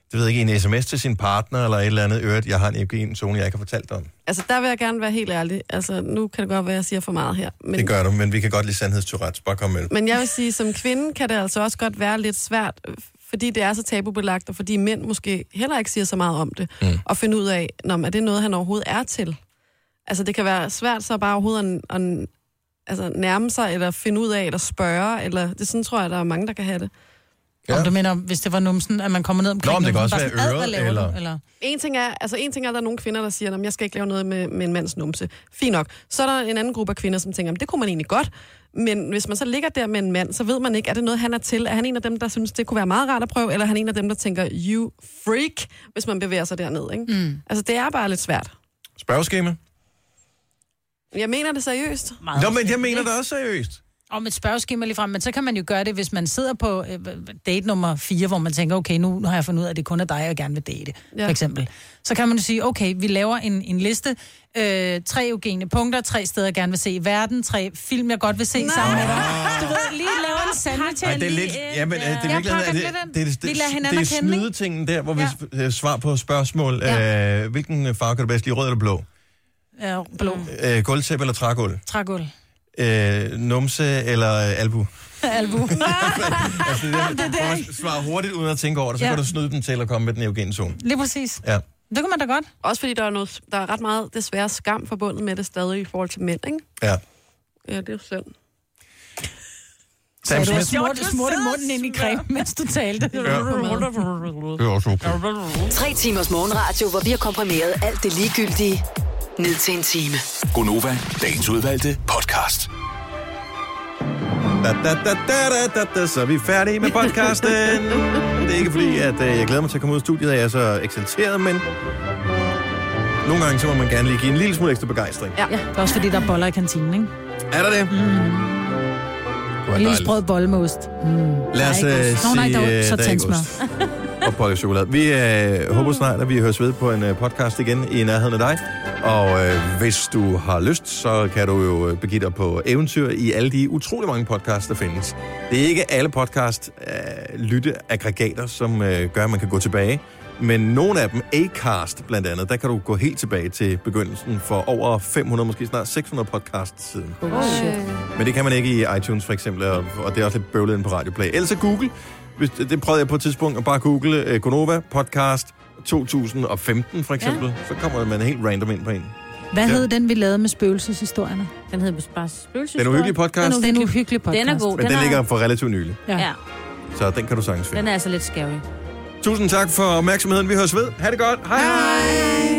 Speaker 1: det ved jeg ikke, en sms til sin partner eller et eller andet øret, jeg har en eugen-zone, jeg ikke har fortalt dig om.
Speaker 3: Altså, der vil jeg gerne være helt ærlig. Altså, nu kan det godt være, at jeg siger for meget her. Men,
Speaker 1: Det gør du, men vi kan godt lide sandhedsturet. Bare kom med det.
Speaker 3: men jeg vil sige, som kvinde kan det altså også godt være lidt svært, øh, fordi det er så tabubelagt, og fordi mænd måske heller ikke siger så meget om det, mm. og finde ud af, når er det noget, han overhovedet er til? Altså, det kan være svært så bare overhovedet at, at altså, nærme sig, eller finde ud af, eller spørge, eller det er sådan tror jeg, der er mange, der kan have det.
Speaker 1: Ja.
Speaker 2: Ja. Om du mener, hvis det var numsen, at man kommer ned omkring
Speaker 1: Nå, men det kan
Speaker 2: numsen,
Speaker 1: også
Speaker 2: bare
Speaker 1: være
Speaker 2: sådan, "Ad,
Speaker 1: øret,
Speaker 2: hvad laver
Speaker 1: eller-
Speaker 2: du?" eller...
Speaker 3: En ting er, altså en ting er, at der er nogle kvinder, der siger, at jeg skal ikke lave noget med, med en mands numse. Fint nok. Så er der en anden gruppe af kvinder, som tænker, "Jamen, det kunne man egentlig godt. Men hvis man så ligger der med en mand, så ved man ikke, er det noget, han er til? Er han en af dem, der synes, det kunne være meget rart at prøve? Eller er han en af dem, der tænker, you freak, hvis man bevæger sig derned? Ikke? Mm. Altså, det er bare lidt svært.
Speaker 1: Spørgeskema.
Speaker 3: Jeg mener det seriøst.
Speaker 1: Nå, men jeg mener det også seriøst.
Speaker 2: Om et spørgeskema lige frem, men så kan man jo gøre det, hvis man sidder på øh, date nummer 4, hvor man tænker, okay, nu, nu har jeg fundet ud af, at det kun er dig, jeg gerne vil date,
Speaker 4: Ja.
Speaker 2: ja. for eksempel. Så kan man jo sige, okay, vi laver en, en liste, øh, tre eugene punkter, tre steder, jeg gerne vil se i verden, tre film, jeg godt vil se Nej. sammen med dig. Ah. Du ved, lige laver en sandwich.
Speaker 1: Ej, det er lidt... Ja, men, øh, det er
Speaker 2: Jeg
Speaker 1: virkelig,
Speaker 2: pakker
Speaker 1: det,
Speaker 2: lidt ind.
Speaker 1: det, det,
Speaker 2: Vi
Speaker 1: det,
Speaker 2: lader hinanden
Speaker 1: det er
Speaker 2: at kende, ikke?
Speaker 1: snydetingen der, hvor vi ja. svarer på spørgsmål. Ja. Øh, hvilken øh, farve kan du bedst lide, rød eller blå?
Speaker 2: Ja, blå.
Speaker 1: Øh, gulvtæppe eller trægulv?
Speaker 2: Trægulv.
Speaker 1: Øh, numse eller øh, albu?
Speaker 2: [laughs] Albu.
Speaker 1: [laughs] Altså, det,
Speaker 2: det er
Speaker 1: det,
Speaker 2: det,
Speaker 1: hvor man
Speaker 2: ikke?
Speaker 1: svarer hurtigt uden at tænke over det, så
Speaker 3: Ja.
Speaker 1: ja. kan du snyde dem til at komme med den eugene zone.
Speaker 2: Lige præcis.
Speaker 1: Ja.
Speaker 2: Det kan man da godt.
Speaker 3: Også fordi der er, noget, der er ret meget desværre skam forbundet med det stadig i forhold til mænd, ikke?
Speaker 1: Ja.
Speaker 3: Ja, det er jo synd.
Speaker 1: Sam
Speaker 2: Så du har
Speaker 1: Smith.
Speaker 2: smurt, smurt munden ind i creme, mens du talte.
Speaker 1: Det er også okay.
Speaker 6: Tre timers morgenradio, hvor vi har komprimeret alt det ligegyldige ned til en time.
Speaker 5: Gonova, dagens udvalgte podcast.
Speaker 1: Da, da, da, da, da, da, da, så er vi færdige med podcasten. Det er ikke fordi, at øh, jeg glæder mig til at komme ud af studiet, og jeg er så eksalteret, men nogle gange så må man gerne lige give en lille smule ekstra begejstring.
Speaker 3: Ja.
Speaker 2: Det er også fordi, der er boller i kantinen, ikke?
Speaker 1: Er der det?
Speaker 2: En lille sprød bolle med ost. Mm.
Speaker 1: Lad os øh, sige,
Speaker 2: Nå, nej, der,
Speaker 1: øh,
Speaker 2: var- så
Speaker 1: der er ikke
Speaker 2: tænd smør.
Speaker 1: ost. [laughs] og bolle chokolade. Vi øh, håber snart, at vi høres ved på en øh, podcast igen i nærheden af dig. Og øh, hvis du har lyst, så kan du jo øh, begive dig på eventyr i alle de utrolig mange podcasts, der findes. Det er ikke alle podcast øh, lytteaggregater, som øh, gør, at man kan gå tilbage. Men nogle af dem, Acast blandt andet, der kan du gå helt tilbage til begyndelsen for over 500, måske snart 600 podcasts siden.
Speaker 11: Oh, shit.
Speaker 1: Men det kan man ikke i iTunes for eksempel, og, og det er også lidt bøvlet ind på Radio Play. Ellers så Google. Hvis, det prøvede jeg på et tidspunkt at bare google øh, Gonova podcast 2015 for eksempel. Ja. Så kommer man helt random ind på en.
Speaker 2: Hvad
Speaker 1: Ja.
Speaker 2: hed den, vi lavede med spøgelseshistorierne?
Speaker 4: Den hed bare spøgelseshistorier.
Speaker 1: Den uhyggelige podcast.
Speaker 2: Den uhyggelige podcast.
Speaker 4: Den er god.
Speaker 1: Men den,
Speaker 4: er-
Speaker 1: ligger for relativt nylig,
Speaker 4: Ja. ja.
Speaker 1: så den kan du sagtens finde.
Speaker 4: Den er altså lidt scary.
Speaker 1: Tusind tak for opmærksomheden. Vi høres ved. Ha' det godt. Hej hej. hej.